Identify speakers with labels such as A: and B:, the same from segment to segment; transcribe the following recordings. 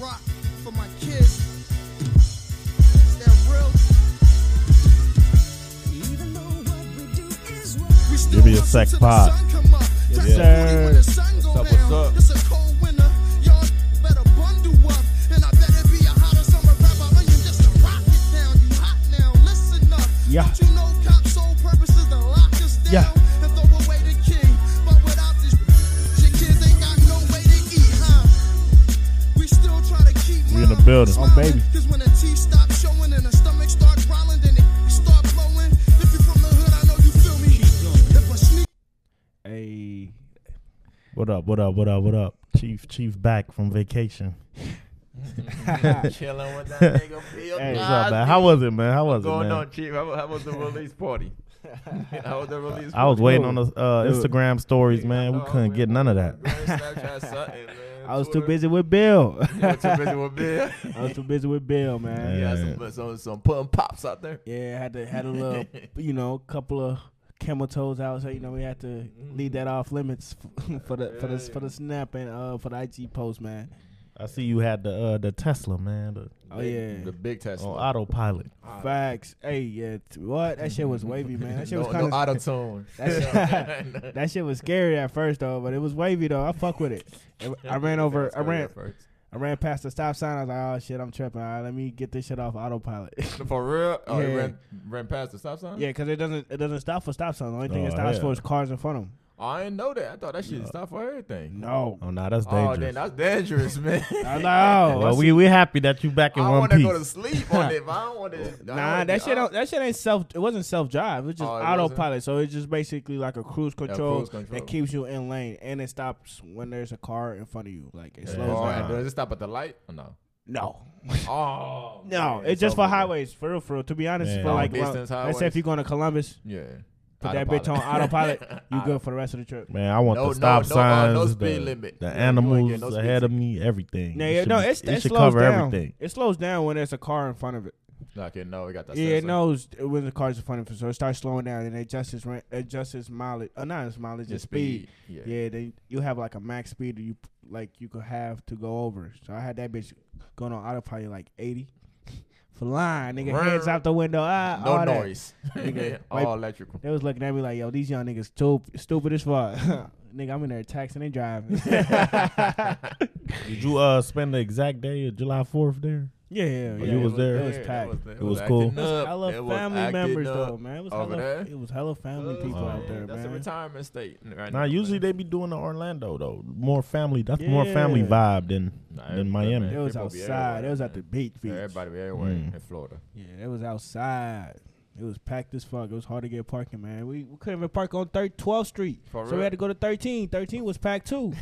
A: rock for my kids. It's that real. We still
B: Give me a
A: hustle
B: sec
A: till the
B: pop.
A: sun come up. Crack
B: sir.
A: booty when the sun go
C: What's up,
A: down.
C: what's up?
A: It's a cold winter. Y'all better bundle up. And I better be a hotter summer rapper. Onion just to rock it down. You hot now. Listen up.
B: Yeah.
A: Don't you know cops' sole purpose is to lock us down
B: Yeah.
A: and throw away the key? But without this, your kids ain't got no way to eat, huh? We still try to keep
B: We in the
A: mom
B: building.
A: smiling,
B: Oh, baby.
A: Cause when the teeth stop showing and the stomach start growling, then it start blowing. If you from the hood, I know you feel me. If a sneak
C: Hey,
B: What up? What up? What up? What up? Chief, Chief, back from vacation.
D: Chilling with that nigga Phil
B: Hey, what's up,
D: Cosby.
B: man? How was it, man? How was it,
D: Going
B: man?
D: on, Chief? How, how was the release party? how was the release
B: I was
D: party?
B: waiting on the uh,
C: Dude.
B: Instagram stories, man. We
D: No,
B: couldn't
D: we-
B: get none of that.
D: Girl, Snapchat something, man.
C: I was too
D: Twitter.
C: busy with Bill.
D: You were too busy with Bill.
C: I was too busy with Bill, man.
D: Yeah,
B: Yeah.
D: some, some, some putting pops out there.
C: Yeah, had to had a little, you know, couple of camel toes out, so you know we had to leave that off limits f- for the for the for the snap and uh for the IG post, man.
B: I see you had the uh, the Tesla, man, the,
C: Oh yeah, Oh,
D: The big test.
B: on autopilot.
D: Ah.
C: facts. Hey, yeah, t- what that shit was wavy, man. That shit
D: no,
C: was kind of
D: no auto tune.
C: that shit, that shit was scary at first though, but it was wavy though. I fuck with it. I ran over. I ran. I ran past the stop sign. I was like, oh shit, I'm tripping. All right, let me get this shit off autopilot.
D: For real? Oh,
C: Yeah.
D: he ran, ran past the stop sign?
C: yeah, because it doesn't it doesn't stop for stop sign. The only thing
B: Oh,
C: it stops
B: yeah.
C: for is cars in front of them.
D: Oh, I didn't know that. I thought that shit stopped for everything.
C: No.
B: Oh, nah, that's
D: Oh,
B: dangerous.
D: then that's dangerous, man.
C: I was like, oh,
B: well, we we happy that you back in
D: I
B: one
D: want to
B: piece.
D: go to sleep on it, but I don't want to.
C: Nah, that shit don't, that shit ain't self. It wasn't self drive. It was just
D: Oh, it wasn't?
C: autopilot. So it's just basically like a cruise control,
D: cruise control.
C: that keeps you in lane, and it stops when there's a car in front of you. Like it
B: Yeah.
C: slows
D: Oh,
C: down.
D: and does it stop at the light? Or no.
C: No,
D: Oh.
C: no,
D: man,
C: it's just for
D: over with.
C: highways, for real, for real. To be honest,
B: Yeah.
C: for like,
D: Long
C: around-
D: distance
C: let's say
D: highways.
C: if you're going to Columbus,
D: Yeah.
C: put that bitch on autopilot, you good for the rest of the trip.
B: Man, I want
D: No,
B: the stop
D: no, no, uh,
B: signs,
D: no
B: the,
D: speed limit.
B: the
D: Yeah, you ain't
B: animals
D: getting no speed
B: ahead of me, everything.
C: Yeah,
B: It
C: yeah,
B: should
C: no,
B: be-
C: it's,
B: it
C: it
B: should
C: slows
B: cover
C: down.
B: everything.
C: It slows down when there's a car in front of it.
D: Like, you know, we got that.
C: Yeah, it
D: sensor.
C: knows when the car's in front of it, so it starts slowing down and it adjusts its ran- adjusts its mileage, uh, not its mileage,
D: Your
C: its speed.
D: Yeah.
C: Yeah, then you have like a max speed that you like you could have to go over. So I had that bitch going on autopilot like eighty, flying nigga
D: Rrrr.
C: heads out the window. Ah,
D: No
C: all that.
D: noise.
C: Nigga,
D: all
C: wipe-
D: electrical.
C: They was looking at me like, yo, these young niggas stupid, stupid as fuck. nigga, I'm in there taxing and driving. yeah,
B: Did you uh spend the exact day of July Fourth there?
C: yeah,
D: Oh,
C: yeah.
B: you was
C: it
B: there?
C: It was packed.
D: it
B: was
D: acting
B: cool.
D: up,
C: I love
D: it was
C: family
D: acting
C: members
D: up.
C: though, man. It was
D: Over
C: hella,
D: there? Uh,
C: it was hella family people
B: Oh,
C: out there,
D: That's a
C: man.
D: retirement state. Right
B: Nah,
D: now,
B: usually
D: man.
B: they be doing the Orlando though. More family. That's more family
C: Yeah.
B: vibe than
D: Nah,
B: than
D: everybody-
B: Miami.
C: It was
D: People be
C: outside.
D: everywhere,
C: It was at
D: man.
C: the beach. beach.
D: Everybody be everywhere
B: Mm.
D: in Florida.
C: Yeah, it was outside. It was packed as fuck. It was hard to get parking, man. We, we couldn't even park on thir- 12th Street.
D: For
C: so
D: real?
C: we had to go to 13. 13 was packed too.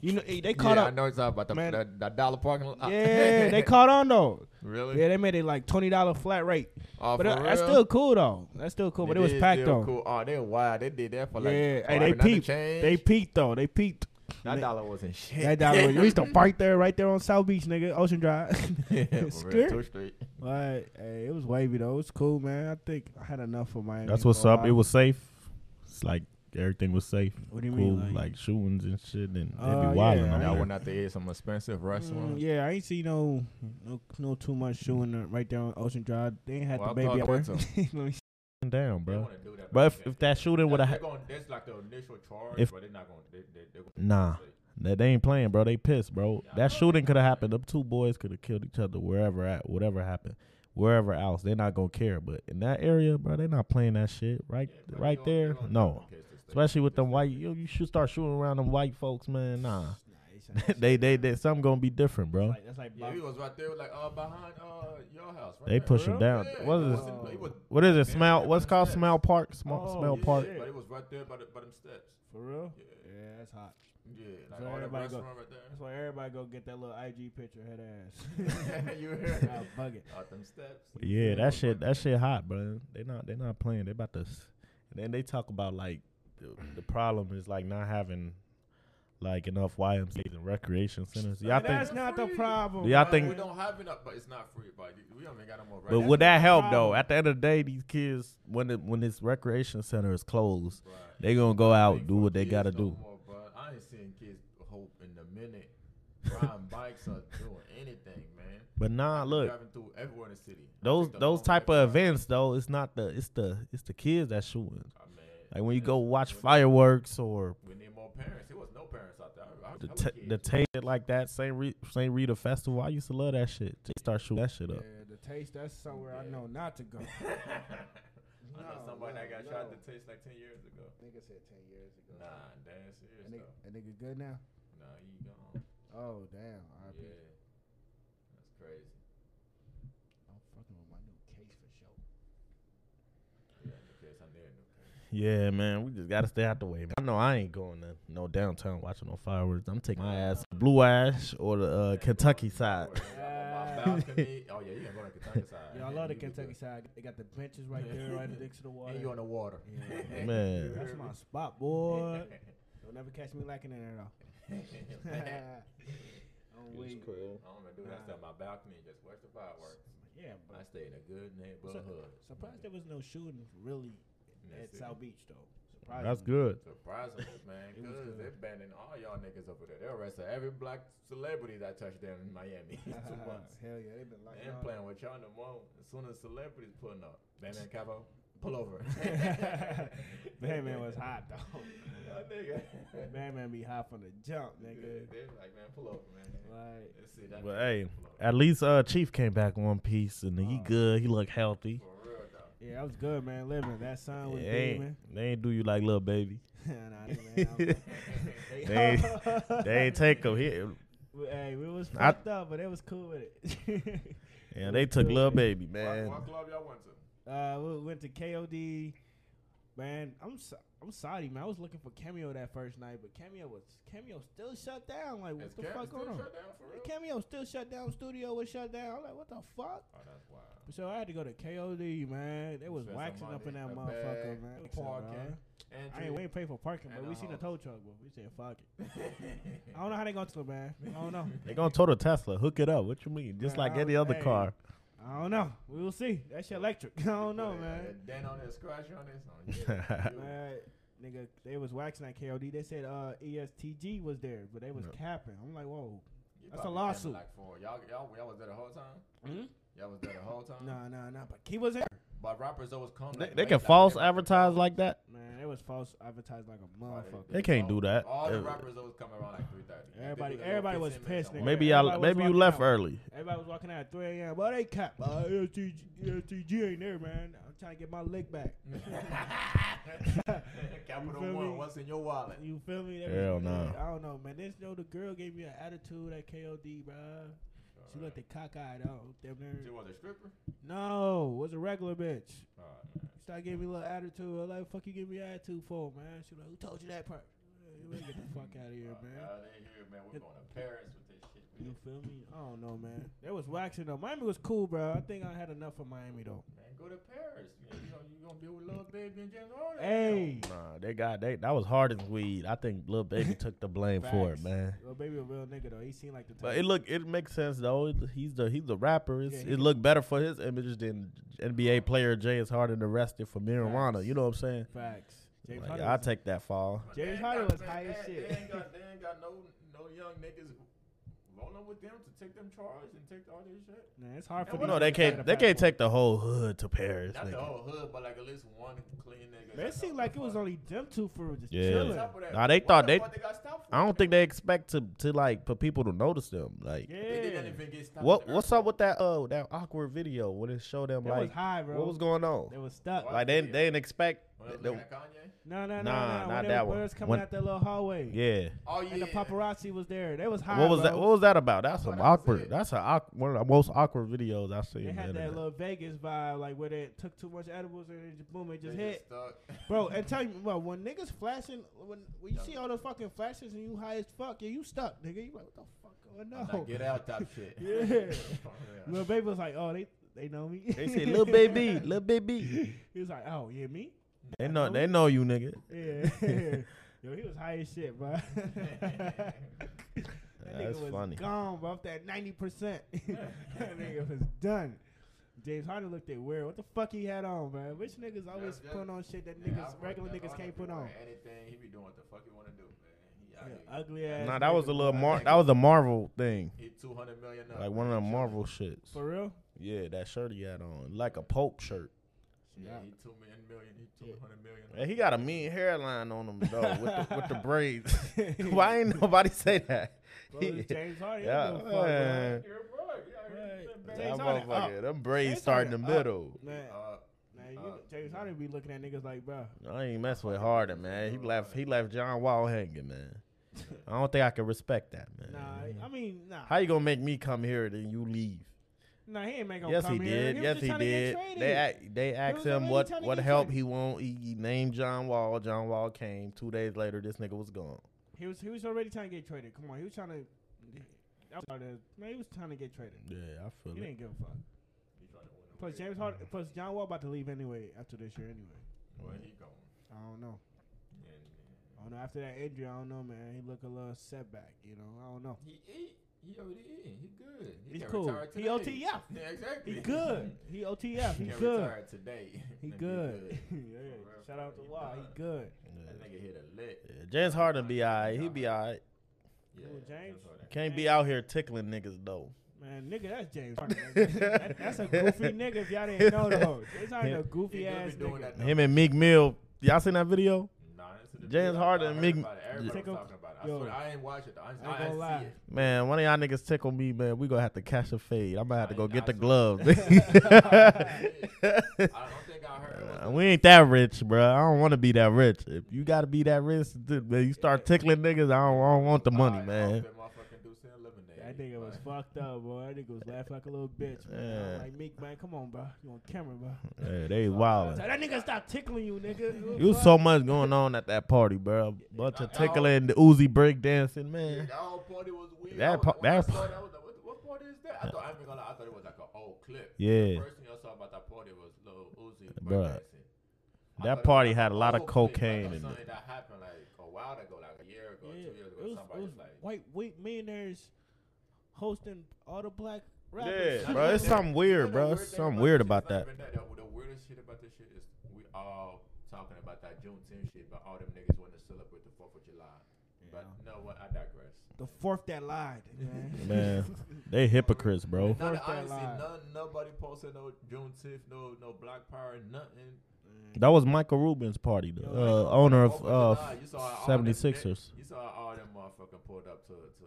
C: you know, eh, they caught
D: yeah, I
C: up.
D: know it's about the,
C: Man.
D: the, the dollar parking lot.
C: Yeah, they caught on though.
D: Really?
C: Yeah, they made it like $20 flat rate.
D: Oh,
C: but
D: for
C: that- that's
D: real?
C: still cool though. That's still cool, but it was
D: is
C: packed
D: still
C: though.
D: Cool. Oh, they wild. They did that for like.
C: yeah,
D: oh,
C: hey, they
D: ain't nothing
C: peaked.
D: changed.
C: They peaked though. They peaked.
D: That
C: They-
D: dollar wasn't shit.
C: That dollar. was- we used to park there, right there on South Beach, nigga, Ocean Drive.
D: Yeah, for real,
C: Skirt.
D: Two Street.
C: But hey, it was wavy though. It was cool, man. I think I had enough of Miami.
B: That's
C: for a
B: what's up. It
C: while.
B: was safe. It's like everything was safe.
C: What do you
B: Cool,
C: mean?
B: like, shootings and shit, and they
C: Uh,
B: be wilding.
C: yeah,
B: out
C: I
D: Y'all
B: there.
D: went out to eat some expensive
C: Mm,
D: restaurant.
C: yeah, I ain't see no, no, no too much shooting uh, right there on Ocean Drive. They ain't had
D: Well, I
C: the baby
D: thought
C: out there.
D: that's
C: Let me see.
B: down, bro.
D: to do that.
B: But if, if that shooting would have,
D: going, that's like the initial charge,
B: If-
D: but they're not going. They, they, they're gonna
B: nah, that they ain't playing, bro. They pissed, bro. That shooting could have happened. Them two boys could have killed each other wherever at, whatever happened, wherever else. They're not gonna care. But in that area, bro, they're not playing that shit. Right, right there, no. Especially with them white, you you should start shooting around them white folks, man. Nah, they they they something gonna be different, bro.
C: Like, that's like
D: Yeah, he was right there, like uh, behind uh, your house. Right
B: They
D: there.
B: push him down.
D: Yeah,
B: What
D: he
B: is
D: wasn't- he was-
B: what is it?
D: Yeah,
B: Smell?
D: yeah,
B: What's
D: by
B: called
D: the
B: Smell Park? Small
C: Oh,
B: Smell
C: yeah.
B: Park.
D: But it was right there by, the, by them steps.
C: for real. Yeah, that's hot.
D: Yeah,
C: So
D: like all that
C: everybody go-
D: restaurant right
C: That's why everybody go get that little IG picture head ass.
D: there. you
C: I'll
D: hear?
C: bug it.
D: Out them steps.
B: Yeah, that shit that shit hot, bro. They not they not playing. They about to. s- And then they talk about like the, the problem is like not having like enough YMCA's and recreation centers. Y'all
C: that's
B: think?
C: not the
D: Free.
C: problem.
B: Do y'all
D: Right,
B: think-
D: we don't have enough, but it's not free. But we don't even got no more. Right
B: But
D: now.
B: would that help though?
C: problem.
B: At the end of the day, these kids when it, when this recreation center is closed,
D: Right.
B: they gonna go
D: Ain't
B: out do
D: for
B: what they
D: kids
B: gotta
D: no
B: do.
D: more, bruh. I ain't seeing kids hope in a minute. riding bikes or doing anything, man.
B: But nah, look,
D: Driving through everywhere in the city. I
B: those
D: picked up
B: those
D: homeboy
B: type of
D: driving.
B: events though, it's not the it's the it's the kids that shooting.
D: I mean,
B: Like when you
D: yeah,
B: go watch
D: we-
B: fireworks or
D: We need more parents. There was no parents out there. I, I was
B: the
D: hella
B: t-
D: kids.
B: the tape like that Saint Re- Saint Rita Festival. I used to love that shit. They start shooting that shit
C: Yeah,
B: up.
C: the taste. That's somewhere I
D: Yeah.
C: know not to go.
D: I know
C: No,
D: somebody that
C: no,
D: got shot
C: no.
D: at the taste like 10 years ago.
C: Nigga said ten years ago.
D: Nah, damn serious
C: A nigga,
D: though.
C: a nigga good now.
D: Nah, he gone.
C: Oh damn. R.I.P.
D: Yeah. That's crazy.
C: I'm fucking with my new case for sure.
D: Yeah, new case. I'm there, new case.
B: Yeah, man, we just gotta stay out the way. Man. I know I ain't going to no downtown watching no fireworks. I'm taking my ass to Blue Ash or the uh, Kentucky side.
D: I'm on my balcony. Oh, yeah, you can go to Kentucky side.
C: Yeah, I
D: Yeah,
C: love the
D: you can
C: Kentucky
D: do
C: side. They got the benches right there, right next to the
D: it.
C: water.
D: And you on the water.
C: Yeah.
B: Man.
C: That's my spot, boy. Don't never catch me lacking in there though. I'm weak.
D: cool. I'm gonna do that
C: Nah.
D: stuff on my balcony and just watch the fireworks.
C: Yeah, but
D: I stay in a good
C: su-
D: neighborhood.
C: surprised there was no shooting really
D: In
C: at
D: that city.
C: South Beach though. Surprised.
B: That's good.
D: Surprising, man,
C: It was
D: because
C: good.
D: they're banning all y'all niggas over there. They arrested every black celebrity that touched down in Miami in two months.
C: Hell yeah, they've been like uh,
D: They ain't playing with y'all no more. As soon as celebrities pulling up, Batman Capo, pull over.
C: Batman was hot though.
D: Y'all nigga.
C: Batman be hot from the jump, nigga.
D: They was like, man, pull over, man.
C: Like
D: Let's see that.
B: But
D: nigga
B: hey,
D: pull over.
B: At least uh, Chief came back in one piece and he
C: Oh.
B: good. He look healthy.
D: for real though.
C: yeah, that was good, man. Living that sun was
B: They
C: big, man.
B: ain't, they ain't do you like little baby.
C: nah, man. I'm-
B: They they ain't take him here.
C: Hey, we was
B: I-
C: fucked up, but it was cool with it.
B: And they took little baby, man.
D: What, what club y'all went to?
C: uh, we went to KOD. Man, I'm so, I'm sorry, man. I was looking for Cameo that first night, but Cameo was Cameo still shut down. Like, what
D: Is
C: the
D: Cam
C: fuck
D: still
C: going on?
D: shut down for real?
C: Cameo still shut down. Studio was shut down. I'm like, what the fuck?
D: Oh, that's wild.
C: So I had to go to KOD, man. They was
D: Spend some
C: waxing up in
D: money,
C: that
D: a
C: motherfucker,
D: bag,
C: man.
D: a parking, and
C: I ain't we ain't pay for parking, but
D: And
C: we
D: a
C: seen a
D: house.
C: tow truck, but we said fuck it.
D: drink.
C: I don't know how they going to it, man. I don't know.
B: They gonna total Tesla. Hook it up. What you mean? Just
C: Man,
B: like
C: I
B: any
C: was-
B: other
C: hey.
B: car.
C: I don't know. We will see. That shit electric. I don't know,
D: Put a-
C: man.
D: a Dent uh, on it, a scratch on it. so, yeah, you-
C: Man, nigga, they was waxing at KOD. They said uh, ESTG was there, but they was
B: No.
C: capping. I'm like, whoa,
D: you
C: that's a
D: probably came
C: lawsuit.
D: Like four. Y'all, y'all, y'all was there the whole time. Y'all was there the whole time.
C: nah, nah, nah. But he was there.
D: But rappers always come.
B: They,
D: like,
B: they
D: late
B: can
D: night,
B: false
D: they might be
B: advertise
D: gone.
B: like that.
C: Man, it was false advertised like a
D: Oh, they-
C: motherfucker.
B: They can't do that.
D: All the
B: Every-
D: rappers always come around like three thirty.
C: Everybody- everybody was pissed, nigga.
B: Maybe
C: Yeah,
B: y'all.
C: everybody was
B: Maybe you
C: walking
B: left
C: out.
B: early.
C: Everybody was walking out at 3 a.m. But they cap. Uh, ESTG, ESTG ain't there, man. I'm trying to get my lick back.
D: Capital
C: feel
D: One,
C: me?
D: what's in your wallet?
C: You feel me? That
B: Hell
C: was,
B: no.
C: I don't know, man. This you know, the girl gave me an attitude at KOD, bro. She looked the cockeyed out. Damn
D: She
C: near.
D: was a stripper. Oh,
C: No, was a regular bitch.
D: All right, man.
C: Start giving me a little attitude. I'm like, fuck you give me attitude for, man? She like, who told you that part? You better get the fuck out of here,
D: Fuck
C: man.
D: outta here, man. We're
C: It-
D: going to Paris with this shit.
C: You
D: man.
C: feel me? I don't know, man. That was waxing though. Miami was cool, bro. I think I had enough of Miami though.
D: Man, go to Paris. Man. You know you gonna be with little baby and James Harden.
C: Hey,
B: Nah, they got they. That was hard as weed. I think little baby took the blame for it,
C: Facts.
B: man.
C: little baby a real nigga though. He seemed like the type.
B: But it look it makes sense though. It, he's the he's the rapper. It's,
C: Yeah, he-
B: it looked better for his image than NBA player James Harden arrested for marijuana. You know what I'm saying?
C: facts. James
B: Like,
C: Harden
B: I
C: was-
B: take that fall.
D: But
C: James
D: they ain't
C: Harden
D: got-
C: was high
D: they-
C: as
D: they-
C: shit.
D: They ain't got, they ain't got no no young niggas rolling with them to take them charge and take all this shit.
C: Nah, it's hard for
D: And
B: You
C: these
B: know they
C: niggas to
B: can't they
C: fight
B: can't
C: for it.
B: take the whole hood to Paris.
D: Not the
B: nigga.
D: whole hood, but like at least one clean nigga.
C: Man, it
D: that's
C: seemed
D: out
C: like
D: the
C: it was
D: fuck.
C: only them two for just
B: Yeah.
D: On
C: chilling.
D: top of that,
B: Nah, they
D: why
B: thought
D: the
B: they-
D: fuck got stopped for
B: I don't
D: it?
B: think they expect to to like for people to notice them. Like
C: Yeah,
D: They didn't
C: it
D: even get stopped.
B: what what's up with that uh that awkward video when it showed them
C: was
B: like
C: high, bro.
B: what was going on?
C: They was stuck.
D: What?
B: Like they
D: video?
B: they didn't expect.
D: The,
B: the-
D: Kanye?
C: No, no, no, no.
B: Nah, not
C: when they
B: that
C: was,
B: one.
C: When it was coming
B: When-
C: out that little hallway.
B: Yeah.
D: Oh yeah.
C: And the paparazzi was there. They was high.
B: What was
C: bro.
B: that? What was that about? That's
D: Well,
B: an
D: that was
B: awkward.
D: it.
B: That's a awk- one of the most awkward videos I've seen.
C: They
B: on the
C: had that
B: internet.
C: little Vegas vibe, like where they took too much edibles and it just boom, it
D: They
C: just hit.
D: stuck.
C: Bro, and tell you what, when niggas flashing, when, when you see all those fucking flashes and you high as fuck, yeah, you stuck, nigga. You like, what the fuck going
D: I'm
C: on?
D: like, get out type shit.
C: Yeah.
D: For real.
C: Little baby was like, oh, they they know me.
B: They say, "Little baby, little baby."
C: he was like, oh, yeah, me.
B: They know, they know you, nigga.
C: Yeah. Yo, he was high as shit, bro. that
B: That's
C: nigga was
B: funny.
C: gone, bro. Off that ninety percent, that nigga was done. James Harden looked at weird. What the fuck he had on, bro? Which niggas always
D: That's-
C: putting on shit that
D: Yeah,
C: niggas,
D: I fuck
C: regular
D: that
C: niggas
D: Harden
C: can't
D: be
C: put on.
D: wearing Anything he be doing, what the fuck he want to do, man. He out here.
C: Ugly ass.
B: Nah, that was a
C: nigga.
B: little Mar- that was a Marvel thing.
D: Hit two hundred million. up.
B: Like one of them Marvel shits.
C: For real?
B: Yeah, that shirt he had on, like a Pope shirt.
D: Yeah, he two million million. He two hundred million.
B: And he got a mean hairline on him though, with the, with the braids. Why ain't nobody say that?
C: Bro, this James Harden.
B: yeah,
C: Yeah. Fuck,
B: man.
C: man.
D: You're right. Yeah,
C: Right.
D: right.
B: That
C: James Harden
B: motherfucker, them braids
C: James
B: start in the
C: Harden up.
B: middle.
C: Man,
D: Uh,
C: man, you, James Harden be looking at niggas like, bro.
B: I ain't mess with Harden, man. He left. He left John Wall hanging, man. I don't think I can respect that, man.
C: Nah, I mean, nah.
B: How you gonna make me come here then you leave?
C: Nah, he ain't make him
B: yes,
C: come
B: he
C: here.
B: did.
C: was
B: yes,
C: just
B: he
C: tryna get
B: did.
C: traded.
B: They act, they asked
C: was
B: him
C: already
B: what
C: tryna
B: what
C: get
B: help
C: traded.
B: he want. He, he named John Wall. John Wall came. Two days later, this nigga was gone.
C: He was he was already trying to get traded. Come on, he was trying to. that was- Man, he was trying to get traded.
B: Yeah, I
C: He
B: feel
C: didn't give a fuck. Plus James Harden. Plus John Wall about to leave anyway after this year anyway.
D: where he going?
C: I don't know.
D: And
C: I don't know. After that injury, I don't know, man. He look a little setback. You know, I don't know.
D: he eat. He already eat. He good. He
C: He's
D: can
C: cool.
D: retire
C: He
D: today.
C: OTF.
D: Yeah, exactly.
C: He good. He OTF.
D: He
C: He
D: can
C: good.
D: retire today.
C: He
D: and be
C: good. yeah.
D: real,
C: Shout
D: bro.
C: out to
D: He
C: Wall.
D: done.
C: He good.
B: Yeah.
D: That nigga hit a lick.
B: Yeah, James Harden be alright. He be alright.
D: Yeah,
C: Who, James?
D: that's all that-
B: Can't be out here tickling niggas though.
C: Man, nigga, that's James Harden. That- that's a goofy nigga. If y'all didn't know though, James Harden a goofy
D: He good
C: ass
D: be doing
C: nigga.
D: that
B: Him and Meek Mill. Y'all seen that video?
D: Nah, that's in the
B: James
D: video. I
B: Harden
D: heard
B: and Meek-
D: about it. Everybody
C: Take
D: was
C: a-
D: talking about it. I
C: yo.
D: swear, I ain't watch it. though. I, ain't
C: I ain't
D: I
C: gonna
D: ain't
C: lie.
D: see it.
B: Man, one of y'all niggas tickle me, man. We gonna have to catch a fade. I'm gonna have to go get the gloves.
D: I don't think I heard. it.
B: Uh, we ain't that rich, bro. I don't want to be that rich. If you gotta be that rich, dude, man, you start tickling niggas. I don't, I don't want the money,
D: Alright,
B: man.
D: open motherfucking Deuce and lemonade.
C: That nigga was
D: Like,
C: fucked up, boy. That nigga was laughing like a little bitch, man.
B: Yeah.
C: I'm like, Meek, man, come on, bro. You on camera, bro.
B: Yeah, they
C: So
B: wild.
C: that nigga stop tickling you, nigga.
B: You so much going on at that party, bro. A bunch of tickling, the Uzi break dancing,
D: Yeah,
B: man.
D: that whole party was weird.
B: That
D: I was
B: pa-
D: like, when I
B: that
D: saw
B: pa-
D: it, I was like, what, what party is that? I thought I ain't gonna lie, I thought it was like an old clip. The
B: Yeah,
D: first thing I saw about that party was Lil Uzi.
B: Bruh.
D: breakdancing. I thought it
B: that
D: was
B: party
D: like
B: had a lot of
D: old clip, like
B: cocaine
D: of
B: in it.
D: Something that happened like a while ago, like a year ago,
C: Yeah,
D: two years
C: it
D: ago.
C: was, it
D: somebody
C: was
D: was like,
C: white white millionaires hosting all the black rappers.
B: Yeah, bro, it's something weird,
D: You know the
B: bro.
D: weird
B: It's
D: thing
B: something
D: about
B: weird
D: this shit?
B: about
D: It's not
B: that.
D: even The, the weirdest shit about this shit is we all talking about that Juneteenth shit, but all them niggas want to celebrate the Fourth of July. But no, what I digress.
C: the fourth that lied, man.
B: Man, they hypocrites, bro.
D: Now that
C: Fourth
D: I ain't
C: that
D: seen
C: line.
D: none, nobody posted no Juneteenth, no no Black Power, nothing.
B: That was Michael Rubin's party, the uh, owner of uh,
D: Oh You saw all them
B: 76ers.
D: ni- You saw all them motherfucking pulled up to to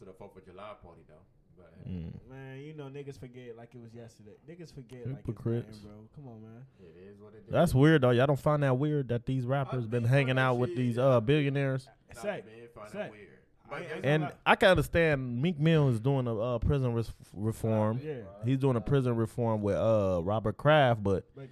D: to the Fourth of July party though. But hey,
B: Mm.
C: Man, you know niggas forget like it was yesterday. Niggas forget like
B: Hypocrites.
C: it's nothing, bro. Come on, man.
D: it is what it is.
B: That's weird though. Y'all don't find that weird that these rappers been
D: think
B: hanging
D: that
B: out with
D: shit-
B: these uh billionaires.
D: Nah,
C: Say,
D: man, find
C: say.
D: it weird.
C: I
D: But
C: ain't-
D: guess
B: And
D: what?
B: I can understand Meek Mill is doing a uh, prison res- reform.
C: yeah.
B: He's doing a prison reform with uh Robert Kraft, but
C: Like-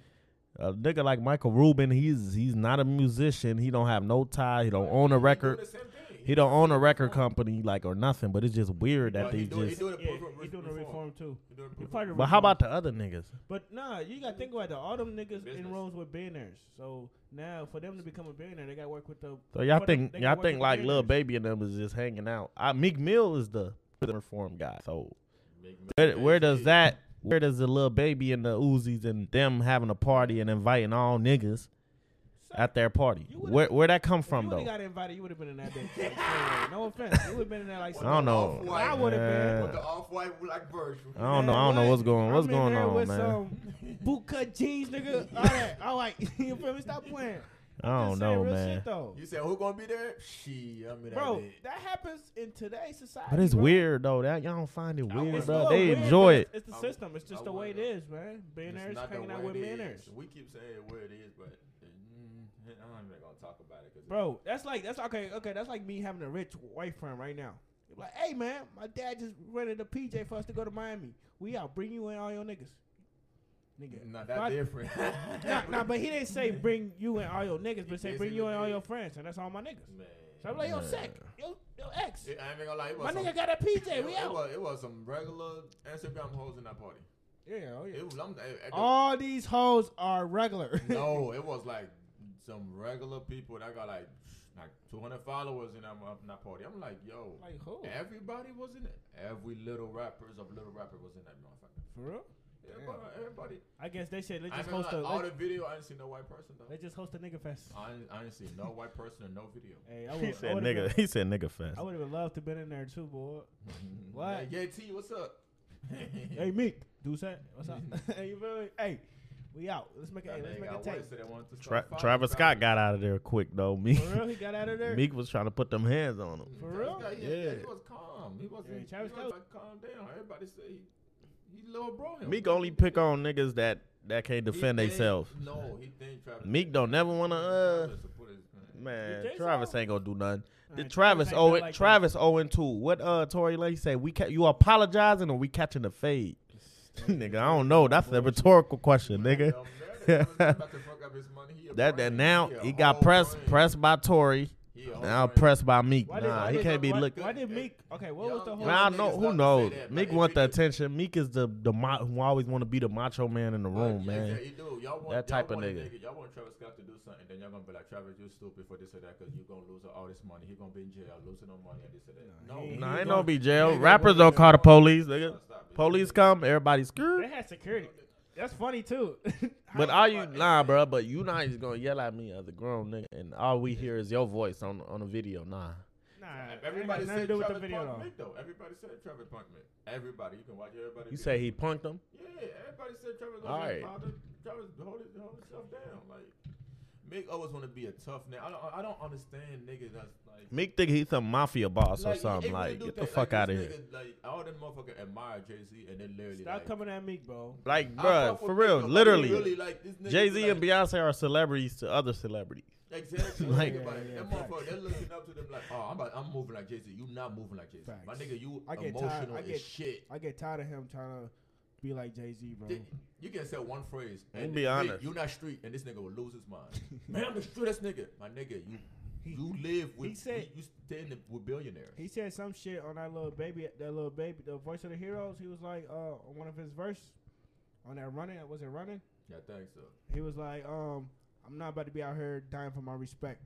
B: a nigga like Michael Rubin, he's he's not a musician. He don't have no tie. He don't own a
D: He doing
B: record.
D: the same thing.
B: He don't own a record company like or nothing. But it's just weird that
D: But
B: they
D: he do- he
B: just.
D: do the
C: Yeah,
D: proof of
C: he
D: re-
C: doing a reform too.
D: He doing the
C: He
D: proof
C: probably
D: of-
B: But how about the other niggas?
C: But nah, you gotta think about that. All them niggas in
D: Business.
C: rooms with billionaires. So now for them to become a billionaire, they gotta work with the.
B: So y'all
C: for them-
B: think
C: they
B: y'all
C: gotta work
B: think
C: with
B: like Lil
C: billionaires.
B: Baby and them is just hanging out. I, Meek Mill is the prison reform guy. So
D: Make
B: Where,
D: me-
B: where does that? Where does the little baby and the Uzis and them having a party and inviting all niggas at their party?
C: You would've-
B: Where where that come
C: If
B: from
C: you
B: though?
C: would've got invited, you would have been in that bitch. I'm sorry. no offense, you would have been in that like.
B: I don't know.
D: Off-white.
C: I would have been.
D: With the off-white black version.
B: I don't know. I don't know what's going. What's
C: I'm in
B: going
C: there
B: on,
C: with
B: man?
C: Some boot cut jeans, nigga. All that. All right. you feel me? Stop playing.
B: I don't
C: Just saying
B: know,
C: real shit,
B: man.
C: though.
D: You said who gonna be there? She. I mean,
C: Bro,
D: that
C: that happens in today's society.
B: But it's
C: bro.
B: weird though. That y'all don't find it
C: I would-
B: weird,
C: it's
B: bro.
C: still
B: They
C: weird,
B: enjoy
C: but
B: it.
C: It's, it's
D: I
C: the system. It's just
D: I
C: the way it
D: would,
C: is, man. Billionaires hanging out with millionaires.
D: We keep saying where it is, but mm, I'm not even gonna talk about it. Cause
C: Bro, that's like that's okay, okay, that's like me having a rich white friend right now. You're like, hey man, my dad just rented a PJ for us to go to Miami. We out, bring you and all your niggas. Nigga.
D: it's not that
C: But-
D: different.
C: Nah, nah, but he didn't say bring you and all your niggas,
D: He
C: but say
D: did
C: bring
D: say
C: you
D: we
C: and all
D: did.
C: your friends, and that's all my niggas.
D: man.
C: So I'm like, yo,
B: Man.
C: sick, yo, yo, ex,
D: It- I ain't even gonna lie. It was
C: my
D: some,
C: nigga got a PJ,
D: it,
C: we
D: it,
C: out.
D: was, it was some regular Instagram hoes in that party.
C: Yeah, oh yeah.
D: It was, I'm, I- I-
C: All these hoes are regular.
D: no, it was like some regular people that got like like 200 followers in that, in that party. I'm like, yo,
C: like who?
D: everybody was in it. Every little rappers of little rapper was in that motherfucker.
C: For real?
D: Everybody, everybody.
C: I guess they should. They
D: I
C: just
D: mean,
C: host
D: like,
C: a.
D: all
C: They,
D: the video. I didn't see no white person though.
C: they just host a nigga fest.
D: I didn't, I didn't see no white person or no video.
C: Hey, I
B: He
C: would, I
B: said
C: would've been-
B: nigga. He said nigga fast.
C: I would have loved to been in there too, boy. What?
D: Yeah, yeah, T, what's up?
C: hey, Meek, do that. What's up? hey, you feel me? Hey, we out. Let's make it. Hey, let's make a tape.
B: Tra- Travis Scott got out of there quick though. Meek,
C: For real, he got out of there.
B: Meek was trying to put them hands on him.
C: For real?
D: yeah,
B: Yeah.
D: he was calm. He wasn't.
C: Yeah, Travis
D: he was like, calm down. Everybody said he, he little bro. Him.
B: Meek only pick on niggas that that can't
D: He
B: defend
D: think-
B: themselves.
D: No, he think Travis.
B: Meek don't never wanna uh
D: Travis support his man.
B: man.
C: think so?
B: Travis ain't gonna do nothing.
C: All
B: Did
C: right,
B: Travis
C: ain't
B: Owen
C: nothing like that.
B: Travis Owen two? What uh Tory Lane say? We ca- you apologizing or we catching the fade? nigga, I don't know. That's a rhetorical question, nigga.
D: Don't matter. Travis about to fuck up his money. He a
B: That that
D: brand.
B: now
D: a
B: he got
D: whole
B: pressed
D: brand.
B: pressed by Tory.
D: He a whole
B: Now
D: brand.
B: pressed by Meek.
C: Why did-
B: nah,
C: why
B: he
C: did-
B: can't be
C: why-
B: looking.
C: Why did Meek? Okay, what was the
D: Y'all-
C: whole?
D: y'all
B: Man, I know
D: niggas
B: who
D: love to
B: knows.
D: say that,
B: Meek
D: but
B: want
D: if
B: the
D: you do-
B: attention. Meek is the the ma- who always want to be the macho man in the
D: But
B: room,
D: Oh, yeah,
B: man.
D: yeah, you do. Y'all want,
B: That
D: y'all
B: type of
D: want a
B: nigga.
D: Y'all want Travis Scott to do something, then y'all gonna be like, Travis, you stupid for this or that because you gonna lose all this money. He gonna be in jail, losing no money and this or that. No,
C: he-
D: he
B: Nah,
C: he
B: ain't
C: gonna-
B: no be jail.
D: he
B: Rappers
D: gonna-
B: don't call the police, nigga.
D: Stop, stop it.
B: Police come, everybody's
C: They
B: scared.
C: had security. That's funny too.
B: But
D: How
B: all
D: is
B: you
D: somebody-
B: nah, bro. But you not just gonna yell at me as a grown nigga, and all we hear is your voice on on the video. Nah,
C: nah,
D: Everybody
C: ain't got nothing to
D: said
C: do with the
D: Travis
C: video
D: Punk
C: though.
D: Mick, though. Everybody said Travis Punk Mick. Everybody, you can watch everybody.
B: you
D: do
B: say
D: it.
B: he punked him.
D: Yeah, everybody said Travis.
B: All
D: All right.
B: right.
D: Travis, hold it, hold himself down. Like Mick always want to be a tough nigga. I don't, I don't understand niggas that's like.
B: Meek think he's some mafia boss or
D: Like,
B: something.
D: if you
B: Like
D: do
B: get the
D: that-
B: fuck
D: like,
B: out of
D: these
B: here.
D: niggas, Like all them motherfuckers admire Jay Z and then literally
C: Stop
D: like,
C: coming at Meek, bro.
B: Like,
D: I
B: bruh,
D: fuck with
B: for
D: Meek,
B: real,
D: but
B: literally.
D: really, like, this nigga
B: Jay Z
D: be
B: and
D: like-
B: Beyonce are celebrities to other celebrities.
D: Exactly.
B: Like-
D: like,
C: Yeah,
D: like,
C: yeah,
D: them
C: facts.
D: motherfuckers, they're looking up to them like, oh, I'm, about, I'm moving like Jay Z. You not moving like Jay Z. My
C: Facts.
D: nigga, you
C: I get
D: emotional
C: tired- I
D: as
C: get-
D: shit.
C: I get tired of him trying to be like Jay Z, bro.
D: Th- You can say one phrase.
B: Let me
D: And
B: be
D: Nick,
B: honest.
D: You not street, and this nigga will lose his mind. Man, I'm the streetest nigga. My nigga, you you live with
C: he said-
D: you, you stay in the, with billionaires.
C: He said some shit on that little baby, that little baby, the voice of the heroes. He was like, uh, on one of his verse on that running, was it running?
D: Yeah, I think so.
C: He was like, um, I'm not about to be out here dying for my respect.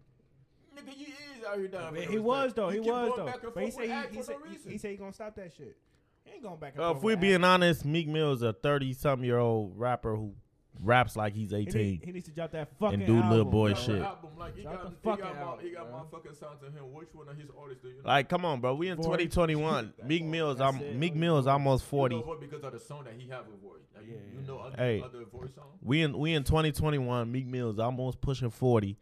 D: Nigga, you is out here dying.
C: But
D: for
C: he
D: the
C: was
D: respect.
C: though.
D: You
C: He
D: keep
C: was
D: going
C: though.
D: back and
C: But he
D: forth
C: said
D: with Act
C: he, he
D: for
C: said
D: no
C: he- he,
D: reason.
C: said he gonna stop that shit. He ain't going back. And
B: Uh,
C: forth
B: if we
C: with
B: being
C: Act.
B: honest, Meek Mill is a thirty-some-year-old rapper who raps like he's
C: he need,
B: eighteen.
C: he needs to drop that fucking
B: do Lil
C: album,
B: Boy
C: bro.
B: Oh,
D: Drop an
B: shit.
D: Album. Like, he
C: Drop
D: got,
C: the
D: he
C: fucking
D: got, mo- he got
C: album,
D: motherfucking sound to him. Which one of his artists do you know?
B: Like, come on, bro. We in
C: Forty.
B: twenty twenty-one. Meek Mill is
C: That's
B: alm-
C: it.
B: Meek Mill is almost
D: You
B: forty.
D: know what? Because of the song that he have with Voice. Like, you-
C: Yeah.
D: You know other,
B: Hey.
D: other Voice song?
B: We in we in twenty twenty-one. Meek Mill is almost pushing forty,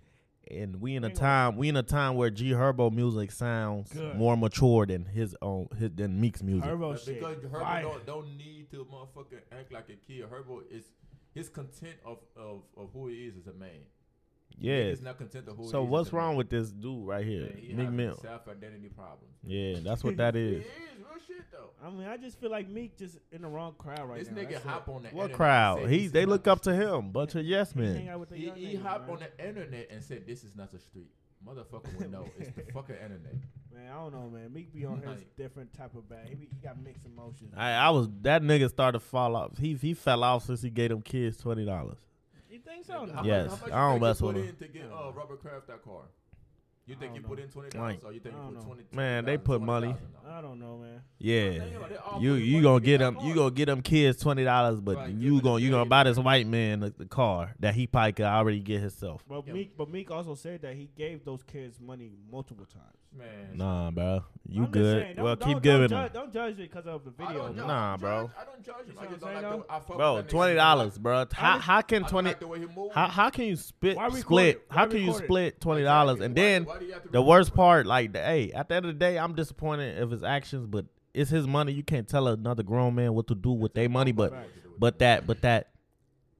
B: and we in a
C: Ain't gonna-
B: time we in a time where G Herbo music sounds
C: Good.
B: more mature than his own his, than Meek's music.
C: Herbo Oh,
D: Like,
C: shit.
D: because Herbo
C: Fire.
D: don't, don't need to motherfucking act like a kid. Herbo is his content of, of, of who he is as a man.
B: yeah.
D: He's not content of who.
B: So
D: he is
B: what's
D: as a
B: wrong
D: man.
B: with this dude right here,
D: Yeah, he
B: Meek
D: having
B: Mill?
D: Self-identity problems.
B: Yeah, that's what that
D: It
B: is.
D: is real shit though.
C: I mean, I just feel like Meek just in the wrong crowd right
D: this
C: now.
D: nigga
C: That's it.
D: hop on
B: What
D: the internet and
B: crowd?
D: said
B: He
D: this
B: they
D: is
B: look
D: not
B: up to him. Bunch of yes
C: He hang
B: men.
C: out with the
D: He,
C: young
D: he
C: niggas,
D: hopped
C: man.
D: on the internet and said, "This is not the street." Motherfucker would know. It's the fucking internet.
C: Man, I don't know, man. Meek be on his
D: Like-
C: different type of bag. He, be, he got mixed emotions.
B: I, I was that nigga started to fall off. He he fell off since he gave them kids twenty dollars.
C: You think
D: How
C: so?
D: much-
C: No.
D: how
B: Yes,
D: much you
B: I don't
D: think you
B: mess
D: put
B: with
D: in
B: him.
D: To get uh, Robert Kraft that car, you
C: I
D: think you
C: don't
D: put
C: know.
D: in twenty dollars,
B: Like-
D: or you think
C: I
D: you
C: don't
D: put
C: know.
D: twenty?
B: Man, they put money.
C: I don't know, man.
B: Yeah,
D: Think about it, all
B: you
D: put
B: you
D: money
B: gonna
D: in
B: get
D: that
B: them you
D: car.
B: gonna get them kids twenty dollars, but
D: Right, give
B: you
D: it
B: gonna
D: to
B: you gonna
D: Dave.
B: buy this white man the, the car that he probably could already get himself.
C: But
D: Yeah.
C: Meek, but Meek also said that he gave those kids money multiple times.
D: Man,
B: Nah, bro, you
C: I'm just
B: good.
C: saying, don't-
B: well,
C: don't-
B: keep
C: don't
B: giving
C: judge,
B: them,
C: Don't judge it because of the
D: I
C: video.
D: don't judge,
B: Nah,
D: judge-
B: bro.
D: I don't judge
C: You
D: him. I
C: see
D: just
C: what
D: don't
C: I'm saying,
D: like the, I fuck
B: bro.
D: with that nigga.
B: Twenty dollars, bro. How
C: Honest-
B: how
D: I
B: can
D: don't
B: twenty
D: Like the way he moved.
B: how how can you spit
C: Why record
B: split?
C: it? Why
B: How can you
C: record it?
B: split twenty dollars and
D: Exactly.
B: then
D: Why- why do you have to
B: the
D: record
B: worst
D: it?
B: part, like, the, hey, at the end of the day, I'm disappointed of his actions, but it's his money. You can't tell another grown man what to do with their money, but but that, but that,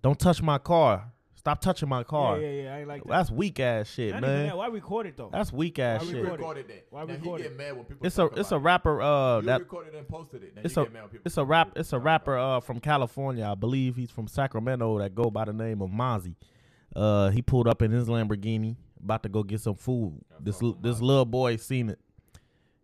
B: don't touch my car. Stop touching my car.
C: Yeah, yeah, yeah. I ain't like that.
B: That's weak ass shit,
C: Not even
B: man.
C: that. Why record it though?
B: That's weak ass
C: Why
D: We
B: shit.
C: record it?
D: recorded that.
C: Why
D: Now,
C: record
D: he
C: it?
D: get mad when people
B: It's a
D: talk
B: it's a
D: about
B: rapper. Uh,
D: it. You
B: that
D: recorded and posted it. Now
B: it's
D: you
B: a
D: get mad when people
B: it's a
D: talk
B: rap
D: about it.
B: it's a rapper uh from California. I believe he's from Sacramento that go by the name of Mozzie. Uh, he pulled up in his Lamborghini, about to go get some food.
D: Yeah,
B: This
D: fuck
B: l-
D: with
B: this
D: Mozzie.
B: little boy seen it.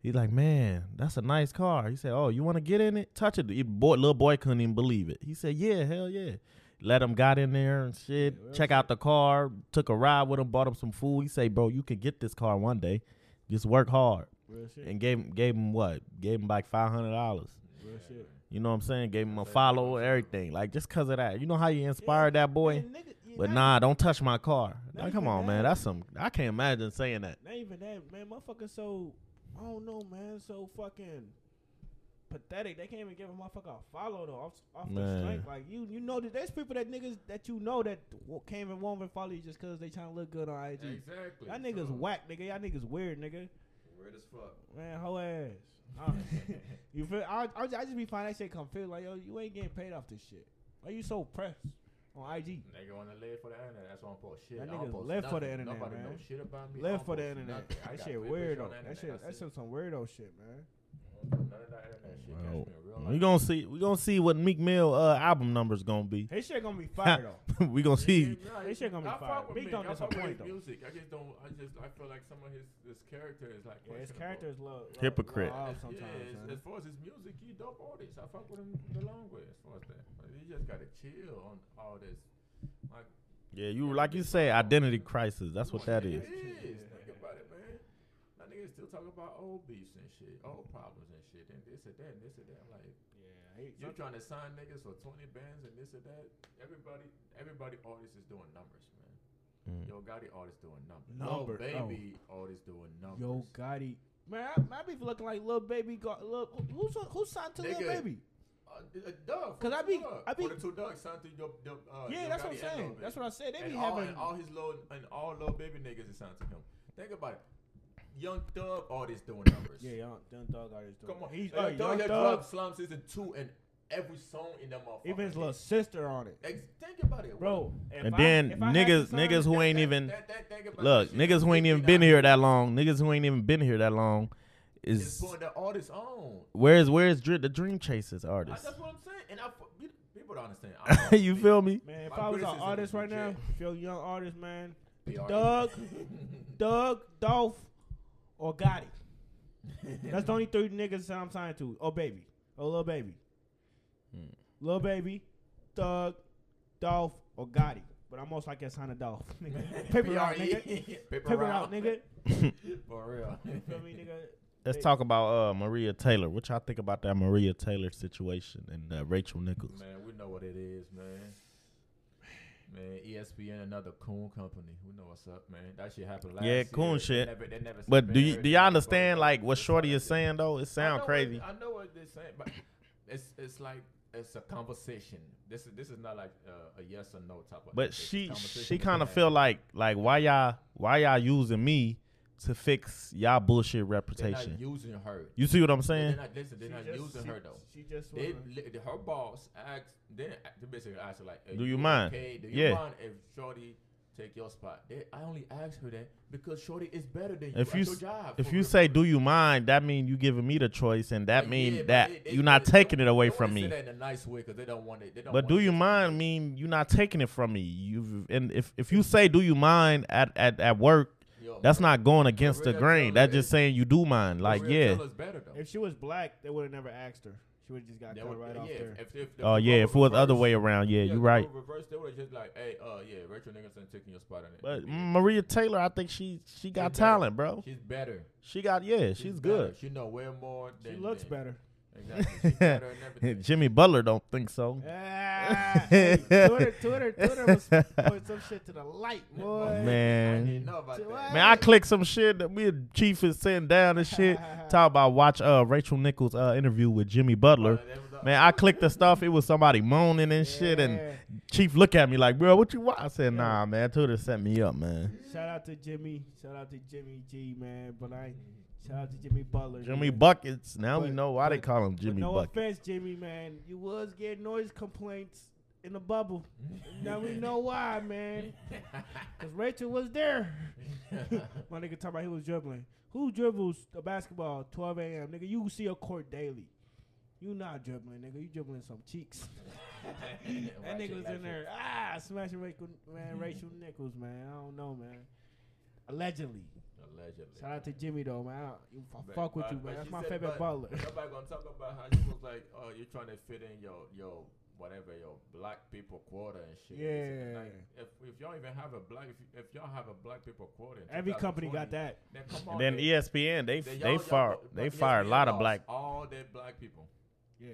B: He's like, man, that's a nice car. He said, oh, you want to get in it? Touch it. The boy, little boy couldn't even believe it. He said, yeah, hell yeah. Let him got in there and shit. check out the car. Took a ride with him. Bought him some food. He say, bro, you can get this car one day. Just work hard
C: Real shit.
B: and gave him- gave him what? Gave him like five hundred dollars.
C: real shit.
B: You know what I'm saying? Gave him a follow, everything. Like just cause of that. You know how you inspired that boy?
C: And nigga- yeah,
B: But
C: not-
B: nah, don't touch my car.
C: Not
B: Like, come
C: even
B: on,
C: that.
B: man. That's some I can't imagine saying that.
C: Not even that, man. Motherfucker, so I don't know, man. So fucking pathetic. They can't even give a motherfucker a follow though, off, off the
B: Man.
C: strength. Like you, you know that there's people that niggas that you know that w- came and won't even follow you just cause they trying to look good on IG.
D: Exactly.
C: Y'all niggas
D: So,
C: whack, nigga. Y'all niggas weird, nigga.
D: Weird as fuck.
C: Man, hoe ass. Nah. you feel? I, I, I just be finding that shit confused. Like yo, you ain't getting paid off this shit. Why you so pressed on IG?
D: Nigga wanna live for the internet. That's why I post shit.
C: That
D: I don't
C: niggas
D: post
C: live for the
D: nothing.
C: internet,
D: Nobody
C: man.
D: knows shit about me. I
C: Live
D: don't
C: for the
D: post
C: internet.
D: nothing. I
C: That
D: got
C: shit
D: three bitches
C: weirdo.
D: on the
C: That
D: internet.
C: shit,
D: That's
C: that's
D: it.
C: just some weirdo shit, man.
D: None of that internet shit catch me in real life.
B: We gonna see we gonna see what Meek Mill uh, album numbers gonna be.
C: His shit gonna be fire though.
B: we gonna see
D: Yeah,
C: This shit gonna be
D: I
C: fire.
D: fuck with
C: Meek
D: Meek.
C: don't
D: I fuck with
C: disappoint,
D: his
C: though.
D: music. I just don't. I just. I feel like some of his his character is like.
C: Yeah, his
D: questionable.
C: character is low.
B: Hypocrite.
C: Low off
D: As-
C: sometimes,
D: yeah, as,
C: man.
D: as far as his music, he dope artist. I fuck with him the long way. As far as that, but he just gotta chill on all this. Like
B: Yeah, you like you say, identity crisis. That's what that is.
D: It is. Think about it, man. That nigga still talking about old beefs and shit, old problems and shit, and this and that, and this and that. I'm like,
C: Yeah,
D: you trying to sign niggas for 20 bands and this and that. Everybody, everybody artist is doing numbers, man.
B: Mm.
D: Yo Gotti artist doing numbers.
C: Number-
D: Yo Baby artist doing numbers.
C: Yo, Gotti. Man, I, I be looking like little baby. Go, Lil, who, who, who signed to little
D: Nigga.
C: baby?
D: Uh, d- uh, Dove.
C: 'Cause I be- I be-
D: For the two dogs, signed to Yo, Yo, uh,
C: yeah,
D: Yo
C: that's what I'm
D: Gotti and Lil
C: saying.
D: Baby.
C: That's what I said. They be
D: and all,
C: having.
D: and all his little and all little baby niggas is signed to him. Think about it. Young Thug artist doing numbers.
C: yeah, young, young thug artist. doing
D: Come on,
C: it. He's
D: Young
C: uh,
D: Thug,
C: young
D: had
C: thug.
D: Drop Slum season two and every song in that motherfucker.
C: Even his little sister on it,
D: Ex- think about it,
C: bro. if
B: And
C: I-
B: then
C: if I had to
B: niggas-
C: sign-
B: niggas who ain't even-
D: that, that, think about
B: Look,
D: that shit.
B: niggas who ain't even been
D: 59
B: here that long, niggas who ain't even been here that long,
D: Is
B: is
D: putting the artist on.
B: where's where's Dr- the Dream Chasers
D: I,
B: artist?
D: that's what I'm saying, and I fu- pe- people don't understand. I fuck with
B: you
D: Meek.
B: feel me?
C: Man, if
D: My
C: I was an
D: criticism
C: artist
D: is
C: right now,
D: legit.
C: if you're a young artist, man,
D: The
C: Doug,
D: artist.
C: Doug, Dolph, or Gotti. That's the only three niggas that I'm signed to. Oh baby, oh little baby,
D: Hmm.
C: little baby, Thug, Dolph, or Gotti. But I'm most likely signed to Dolph. nigga. Paper out,
D: PRE.
C: nigga.
D: E. Paper,
C: Paper
D: route.
C: out, nigga.
D: For real.
C: You feel me, nigga?
B: Let's
C: Hey.
B: talk about uh, Maria Taylor. What y'all think about that Maria Taylor situation and uh, Rachel Nichols?
D: Man, we know what it is, man. Man, E ESPN, another coon company. We know what's up, man. That shit happened last
B: Yeah,
D: year.
B: coon
D: They
B: shit.
D: never- they never
B: But do you
D: spared
B: do y'all
D: anybody.
B: understand like what
D: It's
B: Shorty
D: like-
B: is saying though? It
D: I know
B: sound
D: what-
B: crazy.
D: I know what they're saying, but it's it's like it's a conversation. This is this is not like uh, a yes or no type of.
B: But
D: it's a
B: she
D: conversation
B: she
D: that they
B: kind of
D: have.
B: feel like like why y'all why y'all using me to fix y'all bullshit
D: they're not
B: reputation?
D: using her.
B: You see what I'm
D: They're
B: saying?
D: not listen. They're
C: She
D: not
C: just-
D: using
C: she-
D: her though.
C: She just
D: They,
C: wanna-
D: li- her boss asked, then they basically asked her like, hey,
B: Do you mind?
D: Okay, do you
B: Yeah.
D: mind if Shorty take your spot? They, I only asked her that because Shorty is better than you.
B: If
D: at
B: you
D: your
B: s-
D: job,
B: If
D: for
B: you
D: real,
B: say
D: for real.
B: do you mind, that mean you giving me the choice and that
D: Like,
B: mean
D: yeah, but
B: that
D: they- they-
B: you're not
D: they-
B: taking it
D: they
B: away
D: wanna
B: from
D: say
B: me.
D: that in a nice way 'cause they don't want it. They don't
B: But
D: wanna
B: do you
D: get-
B: mind mean you're not taking it from me. You and if if you say do you mind at at, at work,
D: Yo,
B: that's not going against the
D: Maria
B: grain.
D: Taylor
B: That's just
D: is-
B: saying you do mind.
D: Maria
B: Like yeah.
D: Taylor's better though.
C: If she was black, they would have never asked her. She would have just got
D: They
C: cut
D: would-
C: right
D: yeah,
C: off there.
D: if- if- if the
B: Oh yeah, if
D: vote
B: it was other
D: reversed-
B: way around, yeah,
D: if
B: you're
D: the
B: right.
D: vote reversed, they would have just like, hey, uh, yeah, Rachel Nicholson taking your spot on it.
B: But
D: She's
B: Maria Taylor, I think she she got
D: better.
B: talent, bro.
D: She's better.
B: She got yeah, she's,
D: better.
B: good.
D: She know way more.
C: she
D: Than,
C: looks
D: than-
C: better.
D: Exactly. She's better and everything.
B: Jimmy Butler don't think so.
C: Ah, hey, Twitter, Twitter, Twitter was putting some shit to the light, boy.
D: I
B: Man,
D: didn't know about that.
C: Man,
B: man, I clicked some shit that me and Chief is sitting down and shit. Talk about watch uh Rachel Nichols uh interview with Jimmy Butler. Man, I clicked the stuff. It was somebody moaning and shit, and
C: Yeah.
B: Chief look at me like, bro, what you want? I said, nah, man, Twitter set me up, man.
C: shout out to Jimmy, shout out to Jimmy G, man. But I shout out to Jimmy Butler.
B: Jimmy
C: man.
B: Buckets. Now we
C: But-
B: know why they
C: but-
B: call him
C: But
B: Jimmy
C: no
B: Buckets.
C: offense, Jimmy, man. You was getting noise complaints in the bubble. now we know why, man. Cause Rachel was there. My nigga talking about he was dribbling. Who dribbles the basketball 12 a.m. nigga? You see a court daily. You not dribbling, nigga. You dribbling some cheeks. That nigga was in there, ah, smashing Rachel, man,
D: Mm-hmm.
C: Rachel Nichols, man. I don't know, man. Allegedly.
D: Allegedly.
C: Shout out to Jimmy though, man. I, I
D: But-
C: fuck with
D: but-
C: you,
D: but
C: man. That's
D: she
C: my
D: said-
C: favorite
D: but
C: butler.
D: Nobody gonna talk about how she was like, oh, you're trying to fit in your your whatever your black people quota and shit.
C: Yeah.
D: Like, if if y'all even have a black, if, y- if y'all have a black people quota, in
C: Every company got
D: 2020,
C: that.
D: Then come
B: And
D: on.
B: then E
D: then-
B: ESPN, they
D: then
B: they
D: y'all- y'all
B: fired
D: go-
C: E
B: they
D: yes,
B: fired a
D: we
B: lot of
D: lost
B: black
D: all their black people.
C: Yeah.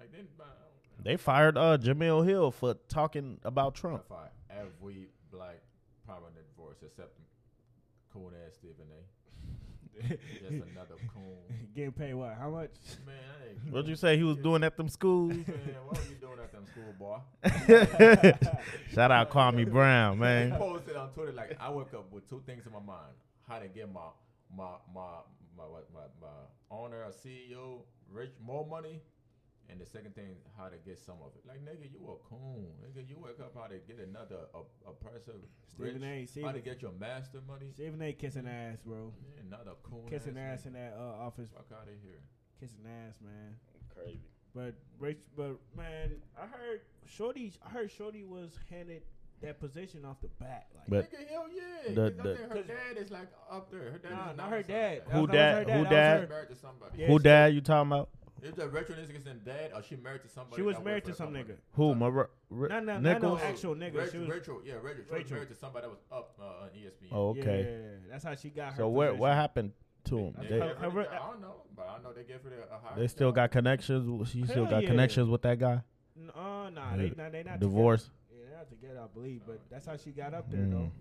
D: Like then, I don't know.
B: They fired uh Jamil Hill for talking about Trump.
D: If I every black prominent voice except coon ass Stephen A. Just another coon.
C: Getting paid what? How much?
D: Man, I ain't.
B: What'd you say he was doing at them schools?
D: Man, what were you doing at them school, boy?
B: Shout out Kwame Brown,
D: He
B: man.
D: posted on Twitter like I wake up with two things in my mind: how to get my my my my what my, my owner or CEO rich more money, and the second thing how to get some of it. Like nigga, you a coon. Nigga, you wake up how to get another a oppressive
C: Stephen A,
D: rich. How to
C: Stephen-
D: get your master money.
C: Stephen A kissing ass, bro.
D: Yeah, another coon.
C: Kissing
D: ass
C: ass in that uh, office.
D: Fuck out of here.
C: Kissing ass, man.
B: Crazy.
C: But Rach, but man, I heard Shorty. I heard Shorty was handed that position off the bat. Like,
B: But
D: Nigga, hell yeah.
B: The-
D: 'cause I
B: the-
D: think her dad is like up there. Her dad
C: Nah,
D: is
C: not
D: not
C: her dad.
B: Who
C: That was- that was her
B: dad- who
C: That was
B: dad?
C: her-
D: married to somebody.
C: Yeah,
B: Who
C: she-
B: dad you talking about?
D: Is that retro nigga is in dad or she married to somebody?
C: She was
D: that worked
C: married
D: for
C: to
D: the
C: some
D: company?
C: nigga.
B: Who? Mar- Ri-
C: Not no, not no
B: Nichols?
C: Oh, actual nigga. She
D: Rachel,
C: was,
D: Rachel, yeah, Rachel. She was
C: Rachel.
D: married to somebody that was up uh, on ESPN.
B: Oh,
C: yeah,
B: okay.
C: yeah, yeah. that's how she got her.
B: So what what
C: position.
B: happened to him?
D: They
B: They,
D: gave her the
C: However-
D: job. I don't know, but I know they gave her the, a higher
B: they still
D: job.
B: got connections. She still
C: Hell
B: got
C: yeah.
B: connections with that guy.
C: N- Uh, nah, they
B: Uh,
C: not. They not
B: Divorce.
C: Together. Yeah, they not together, I believe. But that's how she got up there,
B: Mm.
C: though.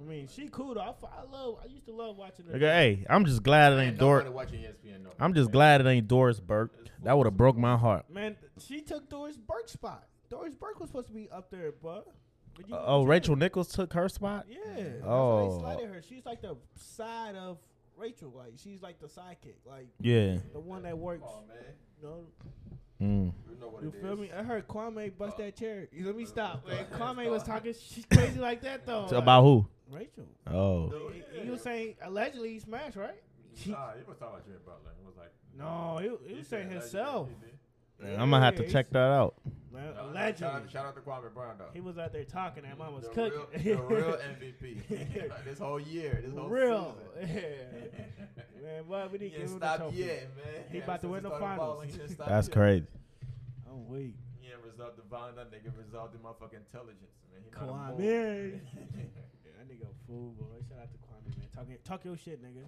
C: I mean, she cool. Though. I, f- I love. I used to love watching her.
B: Nigga, hey, I'm just glad it
D: Man,
B: ain't Doris.
D: nobody watching E ESPN. No.
B: I'm just glad it ain't Doris Burke. That would have broke my heart.
C: Man, she took Doris Burke's spot. Doris Burke was supposed to be up there, but. but you-
B: Uh, oh, Rachel Nichols took her spot.
C: Yeah. that's why
B: Oh.
C: they slighted her. She's like the side of Rachel. Like she's like the sidekick. Like
B: Yeah.
C: the one that works.
D: Oh man,
C: You know,
B: Mm.
D: you know what
C: you
D: it
C: feel
D: is.
C: me? I heard Kwame bust that chair. Let me stop. Man.
D: Stop.
C: Kwame was
D: Stop.
C: talking shit crazy like that though.
B: It's
C: Like,
B: about who?
C: Rachel.
B: Oh,
D: Oh,
C: He,
D: yeah.
C: he was saying allegedly he smashed, right?
D: Nah, he was talking about Jimmy Butler. He was like,
C: No, he, he was saying himself.
B: I'm gonna have to
C: Yeah,
B: check
C: he's-
B: that out.
C: Man,
D: Shout out,
C: allegedly.
D: shout out to Kwame Brown though.
C: He was out there talking and mom was
D: the
C: cooking.
D: Real, the real MVP. Like, this whole year, this whole
C: Real.
D: season.
C: Yeah. Man, what we
D: he
C: didn't give
D: didn't
C: him the
D: stop
C: trophy.
D: yet, man.
C: He
D: Yeah,
C: about to
D: since
C: win the
D: started
C: finals.
D: balling, he didn't stop
B: That's
D: yet.
B: crazy.
C: I'm weak.
D: He ain't resolved the bond, that nigga resolved in my fucking intelligence, man. He not a
C: Kwame.
D: mole.
C: Yeah, that nigga a fool, boy. Shout out to Kwame, man. Talk, your- talk your shit, nigga.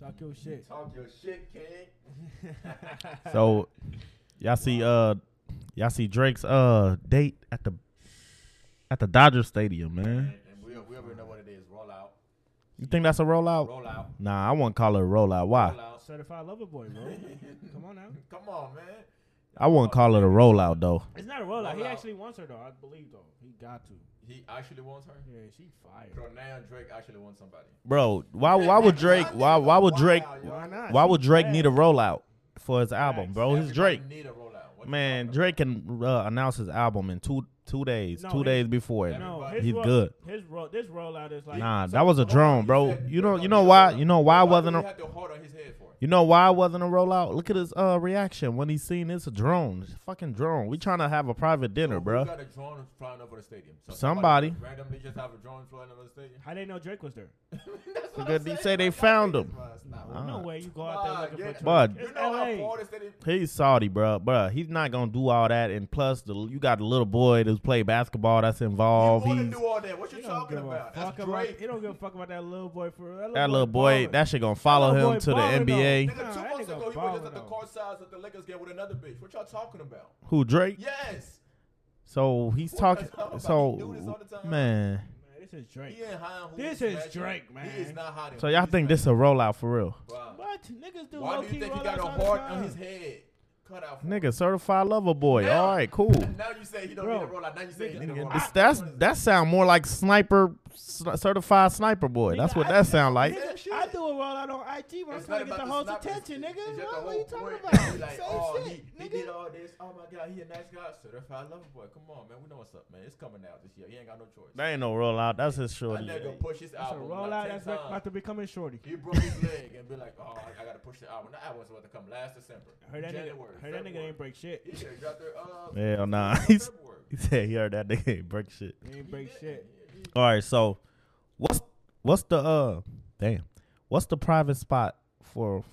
C: Talk your shit.
D: Talk your shit, king.
B: So, y'all see, uh, y'all see Drake's uh date at the at the Dodger Stadium,
D: and,
B: man.
D: and we, we already know what it is. Roll out.
B: You think that's a rollout?
D: Roll out.
B: Nah, I wouldn't call it a rollout. Oh. Why?
D: Roll out.
C: Certified lover boy, bro. Come on now.
D: Come on, man.
B: I wouldn't call it a rollout though.
C: It's not a rollout. he
D: Rollout.
C: actually wants her, though. I believe, though. He got to.
D: He actually wants her.
C: Yeah, she fired.
D: Bro, now Drake actually wants somebody.
B: Bro, why why would Drake why why would Drake
C: Why not?
B: why would Drake need a rollout for his album, bro? He's Drake.
D: Need a rollout. What you
B: Man,
D: talking about?
B: Drake can uh, announce his album in two two days,
C: No,
B: two
C: his-
B: days before it.
C: No,
D: Everybody-
C: his
B: He's
C: roll-
B: good.
C: His roll, this rollout is like
B: Nah,
C: so-
B: that was a drone, bro.
D: said
B: You know,
D: Drake
B: you
D: don't
B: know
D: need a
B: why,
D: rollout.
B: you know why
D: Why do
B: wasn't
D: we
B: a,
D: have to hold on his head for it?
B: you know why wasn't a rollout. Look at his uh reaction when he seen it's a drone, it's a fucking drone. We trying to have a private dinner,
D: Who
B: bro.
D: got a drone flying over the stadium? So
B: Somebody.
D: randomly just have a drone flying over the stadium.
C: How they know Drake was there?
D: That's what
B: Because
D: I'm
B: they
D: saying.
B: say they
D: Like, y'all
B: found
D: niggas
B: him.
D: must not
B: Nah.
C: No way you go out there looking for
B: Bud.
C: Drake.
D: You
C: It's
D: know how
C: LA.
D: far the city.
B: He's salty, bro. Bro, he's not gonna do all that. And plus, the you got a little boy that's play basketball that's involved.
D: you want
B: Oh,
D: to
B: He's-
D: do all that? What you
C: He don't
D: talking
C: give a
D: about?
C: fuck
D: That's
C: about.
D: Drake.
C: He don't give a fuck about that little boy for real.
B: that little boy,
C: ballin'.
B: that shit gonna follow
C: That little
B: him
C: boy
B: to the
C: ballin' though.
B: NBA.
C: Nah,
D: Nigga, two
C: that
D: months
C: nigga
D: ago he was just at the
C: ballin'
D: court size at the Lakers game with another bitch. What y'all talking about?
B: Who Drake?
D: Yes,
B: So he's
D: What
B: talking.
D: the hell about you do this
B: So
D: all the time?
B: man,
C: Man, this is
D: he
C: Drake.
D: ain't hiding. who
C: This
D: he's
C: is
D: smashing.
C: Drake,
D: He is
C: man.
D: not hiding.
B: so
D: who
B: y'all
D: he's
B: think this a rollout for real?
D: smashing. Wow.
C: What niggas do?
D: Why
C: low
D: do you
C: key
D: think he got a
C: heart
D: heart on his head cut out? for
B: Nigga, certified lover boy.
D: Now-
B: All right, cool.
D: him? Now you say he don't
C: Bro.
D: need a rollout. Now you say he need a rollout.
B: This- that's that sound more like sniper, sn- certified sniper boy. That's what that sound like.
D: Same shit.
C: I do a rollout on IG when I'm
D: It's
C: trying
D: not
C: to get
D: about
C: the
D: the
C: host
D: snap, it's-
C: attention,
D: it's
C: nigga.
D: just
C: What
D: the
C: are you
D: whole
C: talking
D: point.
C: about?
D: Be like,
C: Same
D: oh,
C: shit,
D: he, he
C: nigga.
D: did all this. Oh my god, he a nice guy. Certified lover boy. Come on, man. We know what's up, man. It's coming out this year. He ain't got no choice.
B: That ain't no rollout. That's his
D: That
B: shorty.
D: nigga push his
C: That's a
D: album.
C: rollout
D: like 10
C: that's about
D: times.
C: about to become a shorty.
D: He broke his leg and be like, oh, I, I gotta push the album. The album's about to come last December.
C: Heard that nigga.
D: January,
C: Heard that nigga
D: February.
C: ain't break shit.
D: He should have dropped their uh.
B: Hell nah. He's-
D: February.
B: He said he heard that nigga ain't break shit.
C: He ain't break shit.
B: All right, so what's what's the uh damn what's the private spot for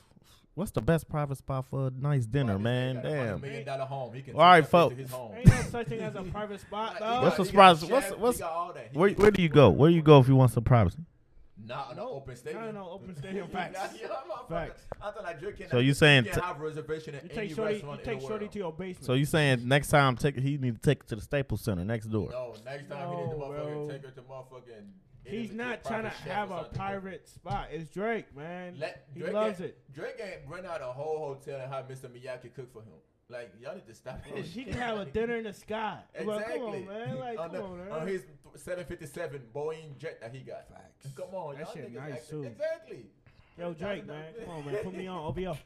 B: what's the best private spot for a nice dinner, man?
D: He got a hundred
B: Damn.
D: Million dollar home. He can
B: All right,
D: take that bitch to
B: folks.
D: His home.
C: Ain't no such thing as a private spot,
D: Like, he
C: dog.
B: What's
D: got-
B: the
D: he got
B: surprise-
D: chef,
B: what's-
D: he
B: what's-
D: got all that. He
B: Where
D: can
B: where
D: do
B: do you go? Where do you go if you want some privacy?
D: Not in an open stadium.
C: Not in an open stadium. Facts.
D: yeah, motherfucker.
C: Facts.
D: After Nigeria
B: So you saying
D: you
B: t-
D: can't have reservation at
C: You
D: any
C: take shorty. You
D: restaurant in
C: take
D: the
C: shorty
D: world.
C: to your basement.
B: So you saying next time take he need to take it to the Staples Center next door?
D: No, next time he did the
C: No,
D: motherfucker
C: bro.
D: take her to motherfucking.
C: He's
D: Italy,
C: not
D: private
C: trying to
D: chef or
C: have a
D: something.
C: pirate spot. It's Drake, man.
D: Let,
C: he
D: Drake
C: loves
D: ain't-
C: it.
D: Drake ain't rent out a whole hotel and have Mr. Miyaki cook for him. Like y'all need to stop. that
C: He
D: shit.
C: can have a dinner in the sky. Well,
D: Oh, Exactly.
C: come on, man. Like,
D: on,
C: come
D: the-
C: on, man.
D: on his 757 Boeing jet that he got. Facts. Come on,
C: That
D: y'all
C: shit
D: niggas
C: nice,
D: acting-
C: too.
D: Exactly.
C: Yo, Drake, man. Come on, man. Put me on OBO.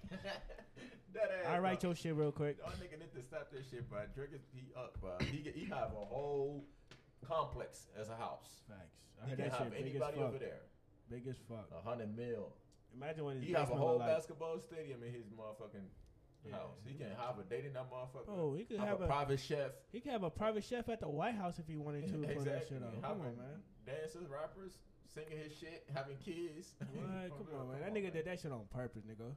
D: that ass.
C: I write
D: bro.
C: your shit real quick.
D: Y'all nigga need to stop this shit, bro. Drake is he up, bro. He get- he have a whole complex as a house.
C: Facts. I
D: He
C: heard
D: can
C: that
D: have
C: shit big as
D: anybody
C: fuck.
D: over there.
C: Big as fuck.
D: A hundred mil.
C: Imagine what his
D: He have a
C: basement
D: whole
C: look like.
D: basketball stadium in his motherfucking
C: Yeah.
D: house. He can have a date in that motherfucker.
C: Bro, Oh, he could
D: have,
C: have
D: a,
C: a-
D: private chef.
C: He could have a private chef at the White House if he wanted to. Put that
D: exactly.
C: shit on.
D: Have
C: Come
D: a-
C: on, man.
D: Dancers, rappers, singing his shit, having kids.
C: What? Come on, man. That nigga did that shit on purpose, nigga.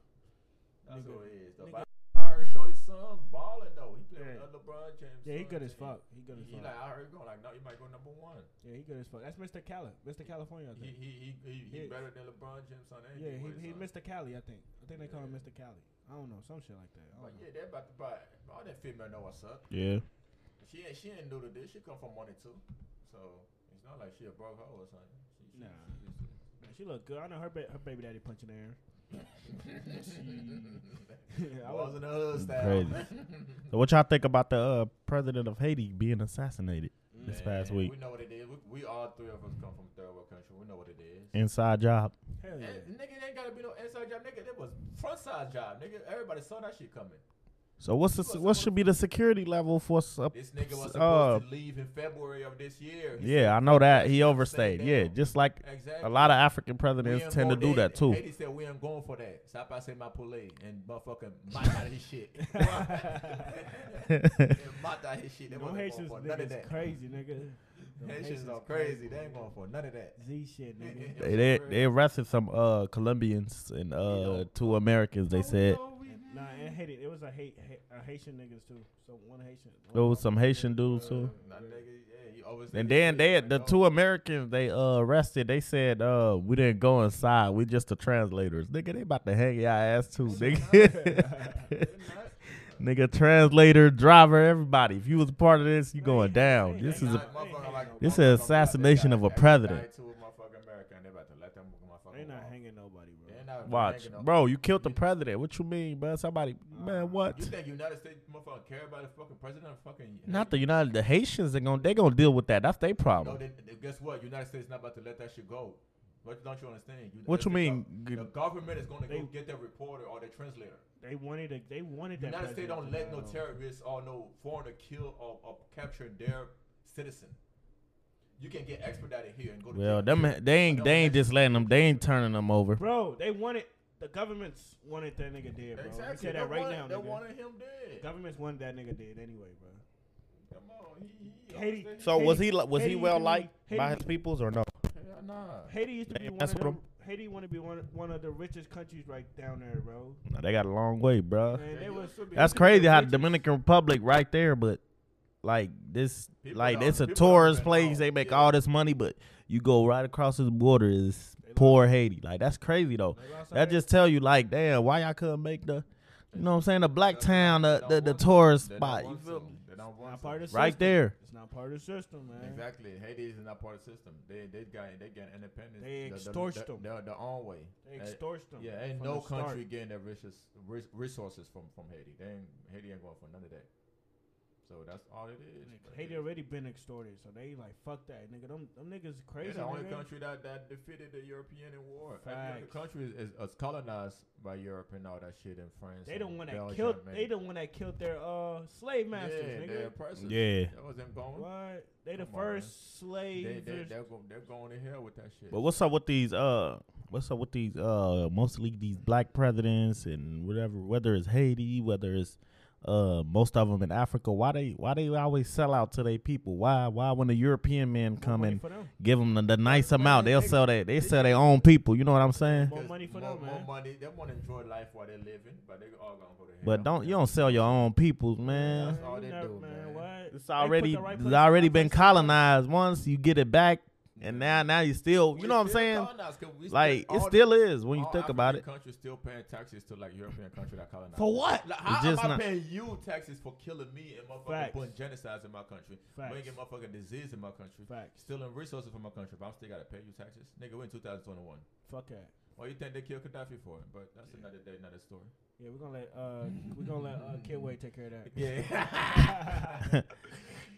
D: That's
C: nigga-
D: what it is. though.
C: nigga-
D: But I heard Shorty's son balling though. He played
C: Yeah.
D: with LeBron James.
C: Yeah, he
D: son,
C: good as
D: and
C: fuck. He good as
D: He
C: fuck.
D: like I heard going like no, you might go number one.
C: Yeah, he good as fuck. That's Mr. Cali, Mr. California. I
D: He
C: think.
D: he he he, he
C: Yeah.
D: better than LeBron James on
C: Yeah,
D: anything.
C: he, he Mr. Cali, I think. I think they call him
D: Yeah.
C: Mr. Cali. I don't know, some shit like that. I
D: But
C: don't know.
D: yeah, they're about to buy all that female know what's up.
B: Yeah.
D: She ain't she ain't new to this. She come from money too, so it's not like she a broke hoe or something. She, she,
C: Nah.
D: she used to it.
C: Man, she look good. I know her ba- her baby daddy punching her. I
D: Balls
C: was
D: in the hood style.
B: Crazy. So what y'all think about the uh, president of Haiti being assassinated this
D: Man,
B: past week?
D: We know what it is. We, we all three of us come from third world country. We know what it is.
B: Inside job.
C: hell
D: And,
C: yeah.
D: nigga, it ain't gotta be no inside job, nigga. It was front side job, nigga. Everybody saw that shit coming.
B: So what's the, what should be the security level for? s- up-
D: This nigga was supposed
B: Uh,
D: to leave in February of this year. He
B: yeah, I know that he overstayed. Yeah, just like
D: said- exactly.
B: a lot of African
D: We
B: presidents
D: ain't
B: tend to
D: going
B: do
D: there.
B: that too.
D: Haiti said we ain't going for that. Stop I say my poulet and motherfucking mata his shit. And mata his shit. They
C: No
D: wasn't going
C: Haitians,
D: for none of
C: niggas
D: that.
C: crazy, nigga. Them
D: Haitians are
C: crazy.
D: crazy. They ain't going for none of that.
C: Z shit, nigga.
B: They, they they arrested some uh Colombians and uh two Americans. They said
C: nah, and hate it. It was a hate, hate a Haitian niggas too. So one Haitian.
B: there was some Haitian dudes too.
D: Nah, nigga, yeah, he always
B: And
D: say
B: then
D: this shit,
B: they
D: like,
B: the
D: oh,
B: two Americans they uh arrested. They said uh we didn't go inside. We just the translators. Nigga, they about to hang your ass too, nigga.
D: they're not-
B: nigga, translator, driver, everybody. If you was a part of this, you going down. This is
D: Nah,
B: a
D: motherfucker, like,
B: this is
D: motherfucker, like,
B: assassination
D: they
B: of a
D: got every
B: president.
D: guy to a motherfucking America, and they about to let them motherfucker
C: They not
D: walk.
C: hanging nobody, bro.
D: They not
B: watch,
D: hanging up.
B: bro. You killed the president. What you mean, bro? Somebody, man,
D: You
B: what?
D: think United States motherfucker care about the fucking president? of Fucking
B: Not the United. The Haitians are gonna they gonna deal with that. That's their
D: No,
B: problem.
D: they, they- guess what? United States not about to let that shit go. What don't you understand? You-
B: What you
D: the
B: mean?
D: gov- The government is gonna
C: They-
D: go get that reporter or the translator.
C: They wanted a, They wanted that.
D: United States
C: president
D: don't
C: to
D: let no
C: die.
D: terrorists or no foreigner kill or, or capture their citizen. You can get extradited here and go to
B: Well,
D: jail.
B: them they ain't they ain't just letting them. They ain't turning them over.
C: Bro, they wanted. The governments wanted that nigga dead, bro.
D: Exactly.
C: They said
D: They
C: that right
D: wanted-
C: now,
D: They
C: nigga.
D: wanted him dead.
C: Governments wanted that nigga dead anyway, bro.
D: Come on, he, he
C: Haiti-
D: always-
B: So was he li- was he
C: Haiti
B: well
C: can be-
B: liked by
C: Haiti-
B: his peoples or no?
D: Hell nah.
C: Haiti used to
B: Hey,
C: be one
B: that's
C: of
B: what
C: the, Haiti want to be one, one of the richest countries right down there, bro.
B: No, they got a long way, bro.
C: And
D: Yeah,
C: they
D: you
C: was
D: should be-
B: That's
D: Haiti
B: crazy
D: the
B: how the
D: richest.
B: Dominican Republic right there, but like this,
D: People
B: like
D: don't-
B: it's a
D: people don't
B: tourist
D: even
B: place.
D: know.
B: They make
D: Yeah.
B: all this money, but you go right across this border is poor Haiti. Like that's crazy though.
C: They lost all
B: That just tell you like, damn, why y'all couldn't make the, you know what I'm saying, the black
D: They don't-
B: town, the
D: they
B: the,
D: don't
B: the
D: want to.
B: tourist
D: They don't
B: spot. You
D: want
B: feel
D: to.
B: me?
D: They don't
C: It's
D: want
C: not
D: to.
C: part of the
B: Right
C: system.
B: there.
C: It's not part of the system, man.
D: Exactly. Haiti is not part of the system. They they got they got independence.
C: They
D: the- the-
C: extort
D: the,
C: them.
D: The, the, own way.
C: They
D: Uh,
C: extort them.
D: Yeah, ain't
C: from
D: no
C: the start.
D: country getting their richest res- resources from from Haiti. They ain't Haiti ain't going for none of that. So that's all it is.
C: Like,
D: But
C: Haiti
D: they-
C: already been extorted, so they like fuck that, nigga. Them them niggas crazy.
D: They're the only
C: nigga.
D: country that, that defeated the European in war. Every other
C: Facts.
D: country is, is, is colonized by Europe and all that shit in France.
C: They the
D: and
C: one that
D: Belgium
C: killed.
D: and-
C: They the one that killed their uh slave
D: yeah,
C: masters,
D: they're
C: nigga.
D: oppressors.
B: Yeah.
D: That was them going.
C: What? They the
D: Come on, man.
C: first
D: They, they,
C: slave.
D: they're, go, they're going to hell with that shit.
B: But what's up with these uh what's up with these uh mostly these black presidents and whatever whether it's Haiti, whether it's uh most of them in Africa, why they why they always sell out to their people? Why why when the European men come and
C: For them.
B: give them the, the nice
D: Money,
B: amount, they'll
D: they-
B: sell that they
D: they
B: sell
D: should-
B: their own people, you know what I'm saying?
C: More
D: Because
C: money for
D: more,
C: them,
D: more
C: man.
D: money. They want to enjoy life while they're living, but they all gonna go to hell.
B: But don't you don't sell your own peoples, man.
D: That's all they
C: never-
D: do, man.
C: What? They put
B: It's
C: the
B: already
C: right
B: it's
C: place-
B: already
C: right
B: been
C: place in the right
B: colonized. Once you get it back, And now, now you still, you
D: We
B: know what I'm
D: still
B: saying?
D: colonized, 'cause we still-
B: Like it
D: all
B: still is when you
D: all
B: think about it.
D: African Countries still paying taxes to like European country that colonized.
C: For what?
D: Like, how
B: just
D: am I
B: not-
D: paying you taxes for killing me and motherfucking
C: Facts.
D: putting genocides in my country,
C: Facts.
D: bringing motherfucking disease in my country,
C: Facts.
D: stealing resources from my country, but I'm still gotta pay you taxes? Nigga, we're in 2021.
C: Fuck that.
D: Why you think they killed Gaddafi for it? But that's another day, another story.
C: Yeah, we're gonna let uh we're gonna let uh Kidway take care of that.
D: Yeah.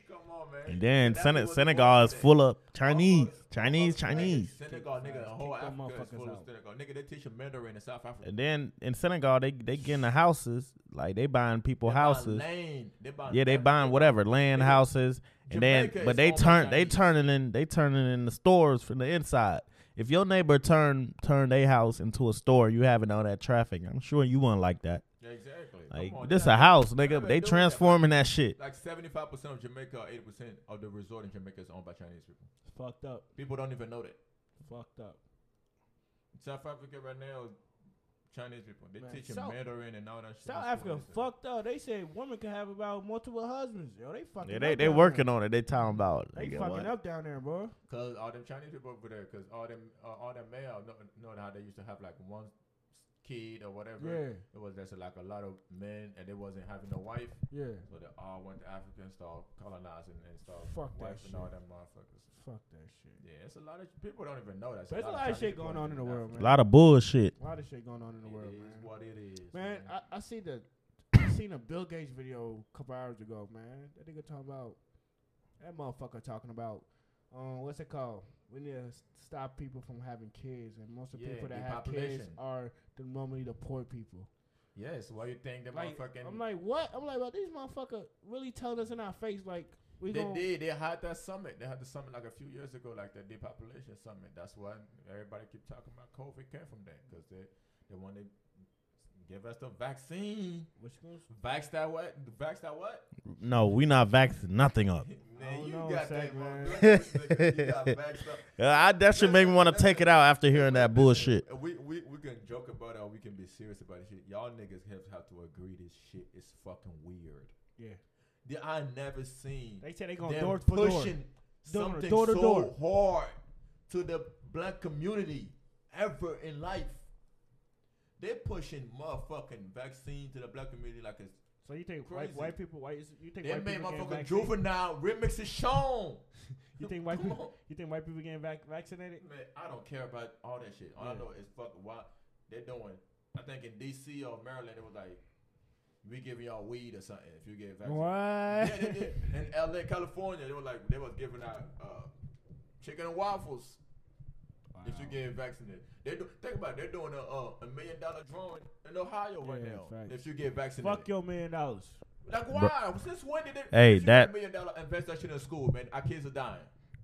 D: Come on, man.
B: And then
D: That's
B: Sen-
D: what's
B: Senegal
D: wrong
B: is
D: with it.
B: full of Chinese,
D: Motherfuckers-
B: Chinese,
D: motherfuckers
B: Chinese.
D: like Senegal, nigga, the whole
C: Kick them
D: Africa is full
C: motherfuckers
D: of
C: out.
D: Senegal. Nigga, they teach you Mandarin in South Africa.
B: And then in Senegal, they they getting the houses, like they buying people
D: They buying
B: houses.
D: land. They buying
B: Yeah, they
D: everything.
B: buying whatever land
D: Nigga,
B: houses, and then
D: Jamaica is
B: but they
D: owned by
B: turn they
D: Chinese.
B: turning in they turning in the stores from the inside. If your neighbor turn turn their house into a store, you having all that traffic. I'm sure you wouldn't like that.
D: Yeah, Exactly. Come
B: Like
D: on,
B: this
D: yeah.
B: a house,
D: Yeah,
B: nigga.
D: they
B: They
D: doing that.
B: transforming that shit.
D: Like seventy-five percent of Jamaica, or eighty percent of the resort in Jamaica is owned by Chinese people.
C: It's fucked up.
D: People don't even know that.
C: Fucked up.
D: South Africa right now, Chinese people they
C: Man,
D: teach you
C: South-
D: Mandarin and all that shit.
C: South Africa fucked up. They say women can have about multiple husbands. Yo, they fucking
B: Yeah,
C: up
B: they they
C: down
B: working
C: there.
B: on it. They talking about
C: They
B: nigga,
C: fucking
B: what?
C: up down there, bro.
D: because all them Chinese people over there, because all them uh, all them male know, know how they used to have like one kid or whatever.
C: Yeah.
D: It was just like a lot of men, and they wasn't having a wife,
C: Yeah.
D: so they all went to Africa and started colonizing and started
C: Fuck that
D: wiping all
C: shit.
D: them motherfuckers.
C: Fuck that shit.
D: Yeah, it's a lot of people don't even know that.
C: There's a lot of shit going on in the world,
B: A
C: man.
B: lot of bullshit.
C: A lot of shit going on in the world,
D: it is
C: man.
D: what it is,
C: Man, I, I seen the I seen a Bill Gates video a couple hours ago, man. That nigga talking about that motherfucker talking about um what's it called? We need to s- stop people from having kids, and most of the
D: Yeah,
C: people that have kids
D: depopulation.
C: are the, normally the poor people.
D: yes, why you think the
C: Like,
D: motherfucking?
C: I'm like, what? I'm like, well, these motherfucker really telling us in our face, like we
D: they
C: going
D: did. They had that summit. They had the summit like a few years ago, like the depopulation summit. That's why everybody keep talking about COVID came from that because they they want to give us the vaccine.
C: Which goes?
D: Vax that what? Vax that what?
B: No, we not vaxing nothing up.
D: Man,
C: don't
D: you
C: know,
D: got that
C: Sack,
D: wrong.
C: man.
D: You got vaxxed up.
B: Uh, I, that should make me want to take it out after hearing that bullshit.
D: We, we we can joke about it or we can be serious about this shit. Y'all niggas have, have to agree this shit is fucking weird.
C: Yeah,
D: Yeah, I never seen
C: they say they going
D: them
C: door for door.
D: pushing
C: Door-
D: something
C: door to
D: so
C: door.
D: hard to the black community ever in life. They pushing motherfucking vaccine to the black community like it's
C: So you think
D: Crazy.
C: white, white people? White is- you think
D: they
C: white
D: made
C: people getting
D: motherfucking
C: vaccinated?
D: juvenile remixes shown.
C: You think white
D: Come
C: people?
D: on.
C: You think white people getting vac- vaccinated?
D: Man, I don't care about all that shit. All I
C: Yeah.
D: know is fuck why they're doing. I think in D.C. or Maryland, it was like, we giving y'all weed or something if you get vaccinated.
C: Why?
D: Yeah, they did. In L.A., California, they were like, they was giving out uh, chicken and waffles if you get vaccinated. They do, think about it. They're doing a, uh, a million dollar drawing in Ohio right
C: Yeah,
D: now
C: facts.
D: if you get vaccinated.
C: Fuck your million dollars.
D: Like why? Since when did they?
B: Hey,
D: you get
B: that-
D: a million dollar invest that shit in school, man. Our kids are dying.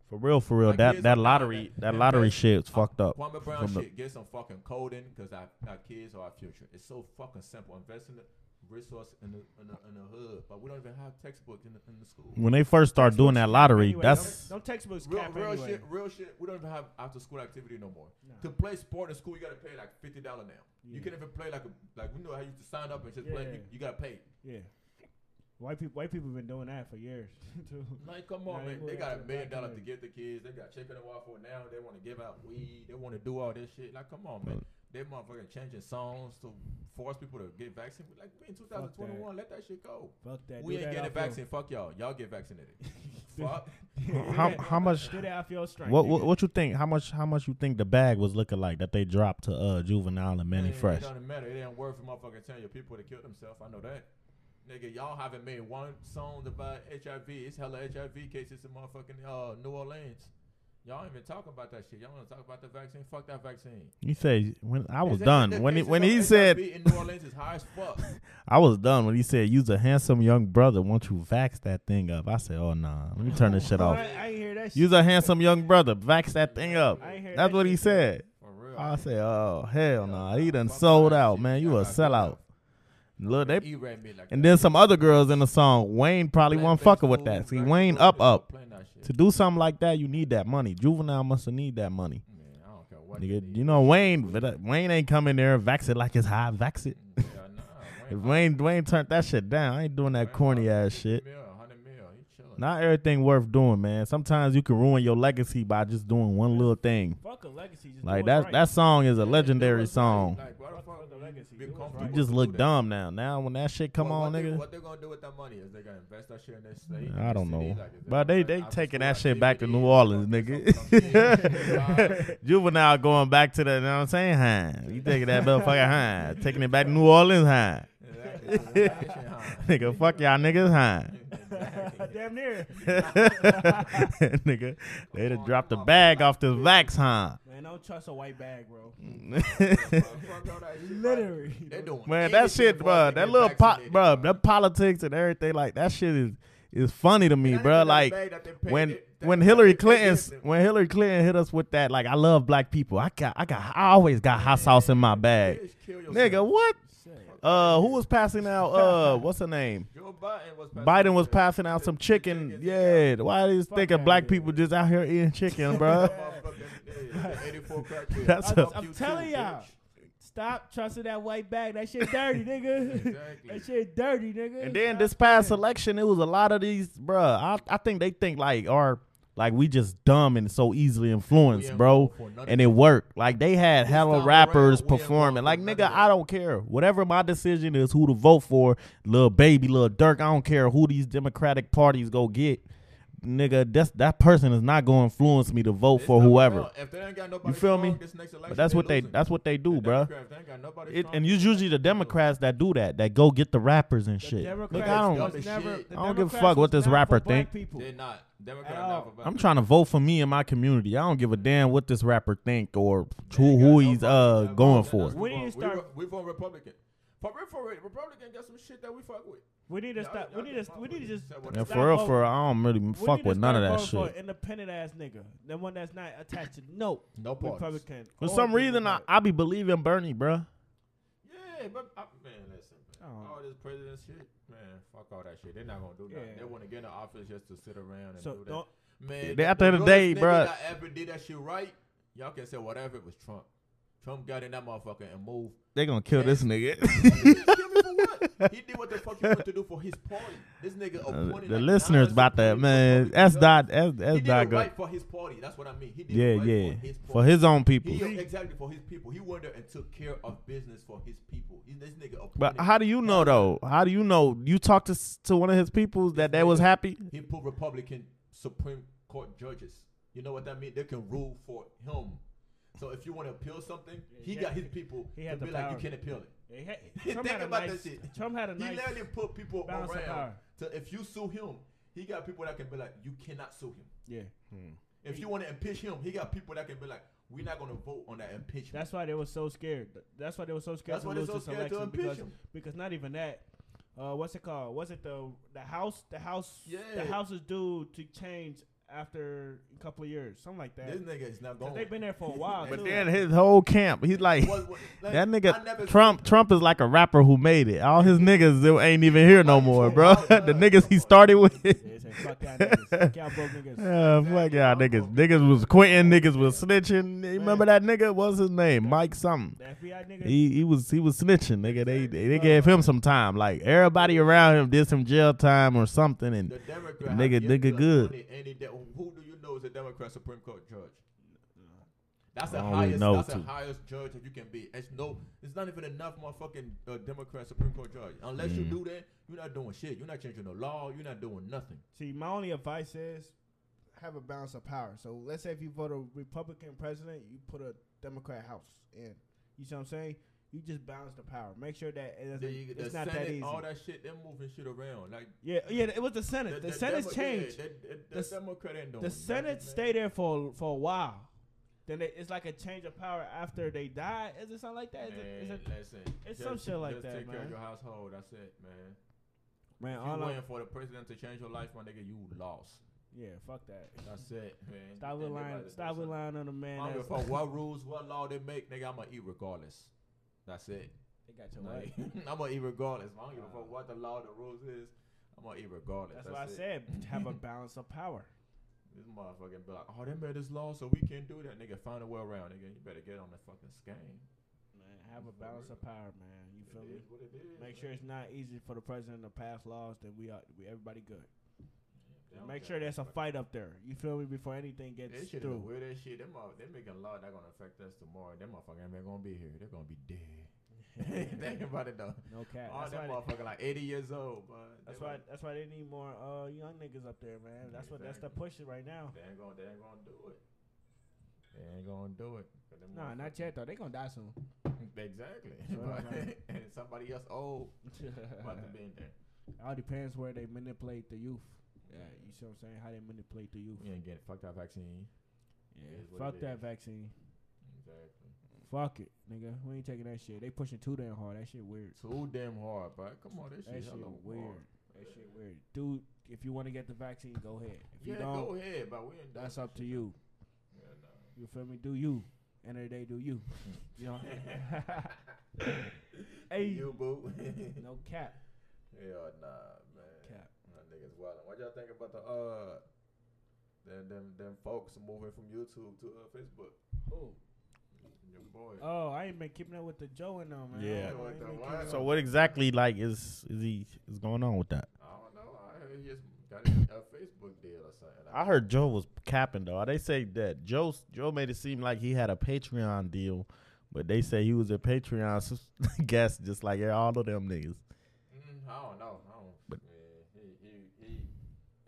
B: For real, for real.
D: Like,
B: That
D: here's
B: that
D: the-
B: lottery that lottery shit is fucked up.
D: Kwame Brown
B: Uh, From the-
D: shit. Get some fucking coding because our, our kids are our future. It's so fucking simple. Invest in the resource in the, in the, in the hood, but we don't even have textbooks in the, in the school.
B: When they first start doing that lottery,
C: Anyway,
B: that's
C: don't, don't textbooks
D: Real,
C: cap
D: real
C: anyway.
D: shit, real shit. We don't even have after school activity no more.
C: No.
D: To play sport in school, you gotta pay like fifty dollar now. You
C: Yeah.
D: can't even play like a, like we know how you used to sign up and just play. You,
C: Yeah.
D: you gotta pay.
C: Yeah. White people, white people been doing that for years. too.
D: Like, come
C: Nah,
D: on,
C: they
D: man.
C: put
D: They
C: it
D: got
C: out
D: a
C: to
D: million
C: the black
D: dollars to give the kids. They got chicken and waffle now. They want to give out weed. They want to do all this shit. Like, come on, man. They motherfucking changing songs to force people to get vaccinated. Like, we in 2021, let that shit go.
C: Fuck that.
D: we
C: Do
D: ain't
C: that
D: getting
C: off your-
D: vaccinated. Fuck y'all. Y'all get vaccinated. Fuck.
B: how how much
C: Do that off your strength.
B: what, what what you think? How much how much you think the bag was looking like that they dropped to uh juvenile and Manny
D: Man, It
B: Fresh?
D: doesn't matter. It ain't worth motherfucking telling your people to kill themselves. I know that. Nigga, y'all haven't made one song about HIV. It's hella HIV cases in motherfucking uh, New Orleans. Y'all ain't even talking about that shit. Y'all want to talk about the vaccine? Fuck that vaccine.
B: You say when I was
D: Is that-
B: done
D: the
B: when he,
D: cases
B: when
D: of
B: he
D: HIV
B: said
D: in New Orleans is high as fuck.
B: I was done when he said use a handsome young brother. Won't you vax that thing up? I said oh nah, let me turn this shit
C: I,
B: off.
C: I ain't hear that shit.
B: Use a handsome young brother, vax that thing up.
C: I ain't hear
B: That's
C: that
B: what he
C: shit.
B: said.
D: For real.
B: I say oh hell no, nah. he done
D: Fuck
B: sold
D: that
B: out
D: shit.
B: man. You
D: Y'all
B: a
D: gotta get
B: sellout. Look, they
D: He read me like
B: And
D: that.
B: then some other girls in the song, Wayne probably
D: Black
B: wasn't
D: face
B: fucking with
D: food,
B: that. See,
D: black
B: Wayne
D: food,
B: up
D: they still
B: up.
D: playing that shit.
B: To do something like that, you need that money. Juvenile must have need that money.
D: Man, I don't care what
B: Nigga,
D: they
B: you
D: eat.
B: know Wayne but, uh, Wayne ain't coming there and vax it like it's high, vax it.
D: Yeah, nah,
B: If
D: Wayne-
B: Wayne Wayne turned that shit down, I ain't doing that
D: Wayne
B: corny
D: probably
B: ass
D: 50
B: shit.
D: mil, 100 mil. He chilling.
B: Not everything worth doing, man. Sometimes you can ruin your legacy by just doing one little thing.
C: Fuck a legacy. Just
B: Like
C: do what's
B: that
C: right.
B: that song is a
D: Yeah,
B: legendary
D: that was
B: song.
D: Like, why the fuck
C: the
D: you
C: legacy?
D: be
C: It was
D: comfortable
B: You
C: right.
B: just
D: to
B: look
D: do that?
B: dumb now. Now when that shit come
D: What-
B: on,
D: what They,
B: nigga.
D: what they gonna do with that money? Is they gonna invest that shit in their state?
B: I don't know.
D: Like, is
B: But
D: gonna
B: they
D: put
B: they
D: after
B: taking
D: school
B: that shit back to New Orleans,
D: activities? Some- some- some-
B: nigga. Juvenile going back to the, you know what I'm saying, huh? You taking that motherfucker, huh? Taking it back to New Orleans, huh?
D: Exactly. Exactly, huh?
B: Nigga, fuck y'all niggas, huh?
D: Exactly.
C: Damn near.
B: nigga, they done dropped the bag off this vax, huh?
C: Man, don't trust a white bag, bro.
D: Fuck all that shit, right?
C: Literally.
D: They doing
B: Man, that
D: anything
B: shit,
D: for
B: bro.
D: us to
B: That
D: get
B: little pop,
D: vaccinated,
B: bro.
D: bruh.
B: That politics and everything, like that shit is is funny to me,
D: That ain't
B: bro.
D: even
B: Like
D: bag that they paid
B: when
D: it- that-
B: when
D: that
B: Hillary
D: they paid
B: Clinton
D: it.
B: when Hillary Clinton hit us with that, like I love black people. I got I got I always got hot sauce in my bag,
D: Bitch, kill yourself.
B: nigga. What?
C: Shit.
B: Uh, who was passing out? Uh, what's her name?
D: Joe Biden was passing,
B: Biden was
D: the-
B: passing out
D: the-
B: some
D: the
B: chicken.
D: chickens,
B: Yeah, why are you
C: Fuck
B: thinking
C: that
B: black
C: nigga.
B: people just out here eating chicken,
D: yeah.
B: bro?
D: Motherfucking- yeah, the 84 crack deal.
B: That's
D: Fuck
B: a-
C: I'm
D: you too,
C: telling y'all.
D: bitch.
C: Stop trusting that white bag. That shit dirty, nigga.
D: Exactly.
C: That shit dirty, nigga.
B: And then
C: Stop
B: this past
C: playing.
B: election, it was a lot of these, bruh. I, I think they think like our like we just dumb and so easily influenced,
D: We ain't
B: bro.
D: vote for none of
B: And
D: that.
B: it worked. Like they had
D: This
B: hella
D: time
B: rappers
D: around, we ain't
B: performing.
D: voting
B: Like
D: for none of
B: nigga,
D: that.
B: I don't care. Whatever my decision is, who to vote for, little baby, little Dirk. I don't care who these Democratic parties go get. Nigga, that's that person is not gonna influence me to vote
D: This
B: for
D: time
B: whoever.
D: around, If they ain't got nobody
B: feel me?
D: strong this next election,
B: But that's what they
D: losing.
B: that's what they do,
D: The
B: bruh.
D: Democrats, they ain't got nobody
B: It,
D: strong
B: and
D: this
B: it's usually the
D: election, they losing.
B: Democrats that do that, that go get the rappers and
C: The
B: shit. Nigga,
C: Democrats
B: I don't
D: Y'all
C: was
D: dumb as
C: never-
D: shit.
C: the
B: I don't give a
C: Democrats
B: fuck what
C: was
B: this
C: not
B: rapper
C: for black
B: think.
C: people.
D: They're not. Democrats
C: At
D: are not
C: all.
D: for
B: I'm
D: black
B: trying to vote for me and my community. I don't give a damn what this rapper think or who,
D: ain't got
B: who
D: no
B: he's
D: fucking
B: uh
D: level.
B: going
D: They're
B: for.
D: not
C: We
D: strong.
C: need to
D: We
C: start-
D: vote- We vote Republican. For real, for real, Republican got some shit that we fuck with.
C: We need to
D: Y'all-
C: stop. We
D: y'all
C: need
D: get
C: to.
D: my
C: We need to
D: money.
C: just.
D: That what
B: And
D: it
C: stop
D: is.
B: for real,
C: voting.
B: for real, I don't really
C: We
B: fuck
C: need to
B: with none of that
C: start voting for
B: shit.
C: an Independent ass nigga, the one that's not attached to no
D: No parts.
C: Republican.
B: For
C: or
B: some reason, I,
C: Democrat.
B: I be believing Bernie, bruh.
D: Yeah, but I, man, listen, man.
C: Oh.
D: all this president shit, man, fuck all that shit. They're not gonna do nothing.
C: Yeah.
D: They want to get in the office just to sit around and
C: So
D: do that.
C: don't.
D: Man,
B: They- at the end of the day,
D: realest
B: bruh.
D: nigga that ever did that shit right, y'all can say whatever. It was Trump. Trump got in that motherfucker and moved.
B: They gonna kill this nigga.
D: Kill me for what? He did what the fuck he wanted to do for his party. This nigga appointed
B: the
D: like
B: listeners
D: nine
B: about that,
D: Supreme
B: man.
D: Court
B: That's
D: judges.
B: not that's, that's
D: he did
B: not
D: it
B: good.
D: right for his party. That's what I mean. He did
B: yeah,
D: it right
B: yeah.
D: for his party.
B: For his own people.
D: He exactly for his people. He went there and took care of business for his people. He, this nigga appointed.
B: But how do you know though? How do you know? You talked to s- to one of his peoples that they was happy.
D: He put Republican Supreme Court judges. You know what that means? They can rule for him. So if you want to appeal something, he
C: Yeah,
D: got
C: he-
D: his people
C: he
D: to
C: had the
D: be like, you
C: power.
D: can't appeal it.
C: Hey, hey,
D: Think
C: Trump had a
D: about that
C: nice-
D: shit.
C: Trump had a
D: He
C: nice.
D: literally put people
C: balance of
D: around.
C: power.
D: To, if you sue him, he got people that can be like, you cannot sue him.
C: Yeah,
D: If you want to impeach him, he got people that can be like, we're not going to vote on that impeachment.
C: that's why they were so scared. Th- That's why they were so scared
D: That's
C: to
D: why they're
C: lose
D: so
C: this
D: scared to
C: election
D: impeach
C: because
D: him.
C: because not even that. Uh, what's it called? Was it the the house? The house? The
D: Yeah.
C: house is due to change after a couple of years, something like that.
D: This nigga is
C: 'Cause
D: not going.
C: They've been there for a while.
B: But
C: too.
B: then his whole camp, he's like,
D: What- what- like,
B: That
D: I never-
B: nigga Trump Trump is like a rapper who made it. All his niggas they ain't even here no more, bro. the niggas he started with.
C: Yeah, they say, fuck y'all niggas. Fuck y'all broke niggas.
B: Yeah, fuck y'all niggas. Niggas was quitting, niggas was snitching. You remember that nigga? What's his name? Mike something.
C: The FBI niggas.
B: He he was he was snitching, nigga. They they, they gave him some time. Like everybody around him did some jail time or something
D: The
B: and
D: Democrat
B: Nigga-
D: have yet to
B: nigga good.
D: appoint Any de- who do you know is a Democrat Supreme Court judge? That's
B: I
D: the
B: don't really
D: highest.
B: know,
D: that's
B: too.
D: the highest judge that you can be. It's no. It's not even enough, motherfucking uh, Democrat Supreme Court judge. Unless
B: Mm.
D: you do that, you're not doing shit. You're not changing the law. You're not doing nothing.
C: See, my only advice is have a balance of power. So let's say if you vote a Republican president, you put a Democrat House in. You see what I'm saying? You just balance the power. Make sure that it doesn't,
D: The, the
C: it's not
D: Senate,
C: that easy.
D: all that shit, they're moving shit around. Like
C: yeah, yeah. It was the Senate. The, Senate's
D: Demo- yeah,
C: changed.
D: the- the- the
C: The s-
D: Democrat ain't doing
C: the
D: nothing,
C: Senate
D: man.
C: stayed there for for a while. Then they, it's like a change of power after they die. Is it something like that? Is
D: Man,
C: it, is it,
D: listen,
C: it's some shit like
D: just
C: that,
D: take care
C: man.
D: of your household. That's it, man.
C: man,
D: If you
C: all I,
D: waiting for the president to change your life, my nigga, you lost.
C: yeah, fuck that.
D: That's it, man.
C: Stop
D: Think about
C: relying.
D: it, though,
C: Stop
D: son.
C: relying on a man.
D: I don't
C: that's-
D: give a fuck what rules, what law they make, nigga. I'ma eat regardless. That's it.
C: They got your way.
D: I'ma eat regardless. I don't give a fuck what the law, the rules is. I'ma eat regardless.
C: That's
D: That's,
C: why I
D: it.
C: said have a balance of power.
D: This motherfucker be like, oh, they made this law, so we can't do that, nigga. Find a way around, nigga. You better get on the fucking scam.
C: Man, have a balance of power, man. You feel
D: It
C: me?
D: is what it is.
C: Make sure it's not easy for the president to pass laws that we are we everybody good.
D: That's don't
C: Make
D: care
C: sure
D: about
C: there's a
D: nobody.
C: fight up there. You feel me? Before anything
D: They
C: gets
D: should do
C: through.
D: weird as shit. Them mother- they making law that gonna affect us tomorrow. Them motherfuckers ain't gonna be here. They're gonna be dead. Think about it though.
C: No cap.
D: All
C: That's
D: them
C: why.
D: motherfucker like 80 years old, but they
C: That's why.
D: won't-
C: That's why they need more uh, young niggas up there, man. That's what. That's the
D: Exactly.
C: push right now.
D: They ain't gonna. They ain't gonna do it. They ain't gonna do it. 'Cause them
C: Nah, not yet though. They gonna die soon.
D: motherfuckers- Exactly.
C: So
D: But-
C: like-
D: and somebody else old about to be in there.
C: all depends where they manipulate the youth. Yeah, you see what I'm saying? How they manipulate the youth.
D: You ain't getting fucked up vaccine.
C: Yeah,
D: is what
C: Fuck
D: it
C: that
D: is.
C: vaccine.
D: Exactly.
C: Fuck it, nigga. We ain't taking that shit. They pushing too damn hard. That shit weird.
D: Too damn hard, bro. Come on, this
C: That
D: shit,
C: shit
D: hella
C: weird.
D: hard.
C: That shit weird. Dude, if you want to get the vaccine, go ahead. If
D: Yeah,
C: you don't,
D: go ahead, but we ain't done
C: that's
D: that
C: up to
D: shit.
C: you.
D: Yeah, nah.
C: You feel me? Do you. End of the day, do you. you know? hey.
D: You boo.
C: No cap.
D: Hell nah, man.
C: Cap.
D: My niggas wildin'. What y'all think about the uh them them them folks moving from YouTube to uh, Facebook?
C: Oh.
D: Your boy.
B: Uh,
C: Oh, I ain't been keeping up with the Joe and them, man.
B: Yeah.
C: I ain't
D: What
C: been
D: the
C: keeping
D: what?
C: up.
B: So what exactly like is is he is going on with that?
D: I don't know. I heard he just got his, a Facebook deal or something.
B: I heard Joe was capping though. They say that Joe Joe made it seem like he had a Patreon deal, but they say he was a Patreon sus- guest just like all of them niggas.
D: Mm, I don't know. I don't. yeah, he he he.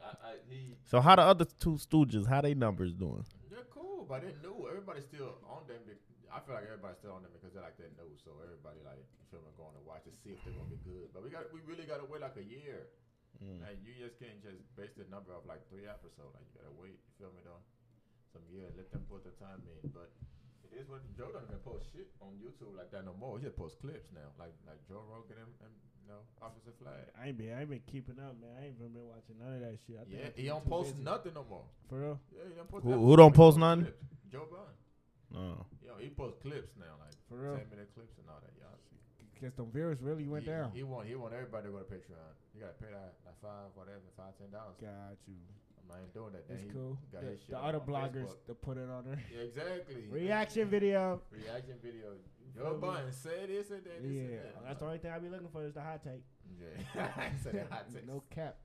D: I, I, he
B: So how the other two Stooges? How they numbers doing?
D: they're cool, but they new. Everybody's still on them. be- I feel like everybody's still on them because they're like they're new. So everybody like you feel me going to watch to see if they're gonna be good. But we got we really gotta wait like a year.
B: Mm.
C: Mm.
D: Like you just can't just base the number of like three episodes. Like you gotta wait. You feel me though? Some years, let them put the time in. But it is what Joe don't even post shit on YouTube like that no more. He just posts clips now, like like Joe Rogan and, and you know Officer Flag.
C: I ain't been, I ain't been keeping up, man. I ain't even been watching none of that shit. I think
D: yeah,
C: I've
D: he
C: been
D: don't
C: too
D: post
C: busy.
D: nothing no more.
C: For real?
D: Yeah, he don't post.
B: Who-
D: nothing.
B: who don't
D: He
B: post nothing?
D: clips. Joe Biden.
B: Oh.
D: Yeah, he posts clips now, like
C: For real?
D: ten minute clips and all that. Y'all see.
C: Because the viewers really went
D: he,
C: down.
D: He want he want everybody to go to Patreon. You gotta pay that like five whatever five ten dollars.
C: Got you.
D: I ain't doing that. Then
C: It's
D: he
C: cool.
D: got
C: The,
D: his shit
C: the
D: up
C: other
D: on
C: bloggers
D: Facebook.
C: to put it on there.
D: Yeah, exactly.
C: Reaction video.
D: Reaction video.
C: feel
D: Your
C: me?
D: button say this and that. This
C: Yeah,
D: and that.
C: that's the only thing I be looking for is the hot take.
D: Yeah, so that hot takes.
C: no cap.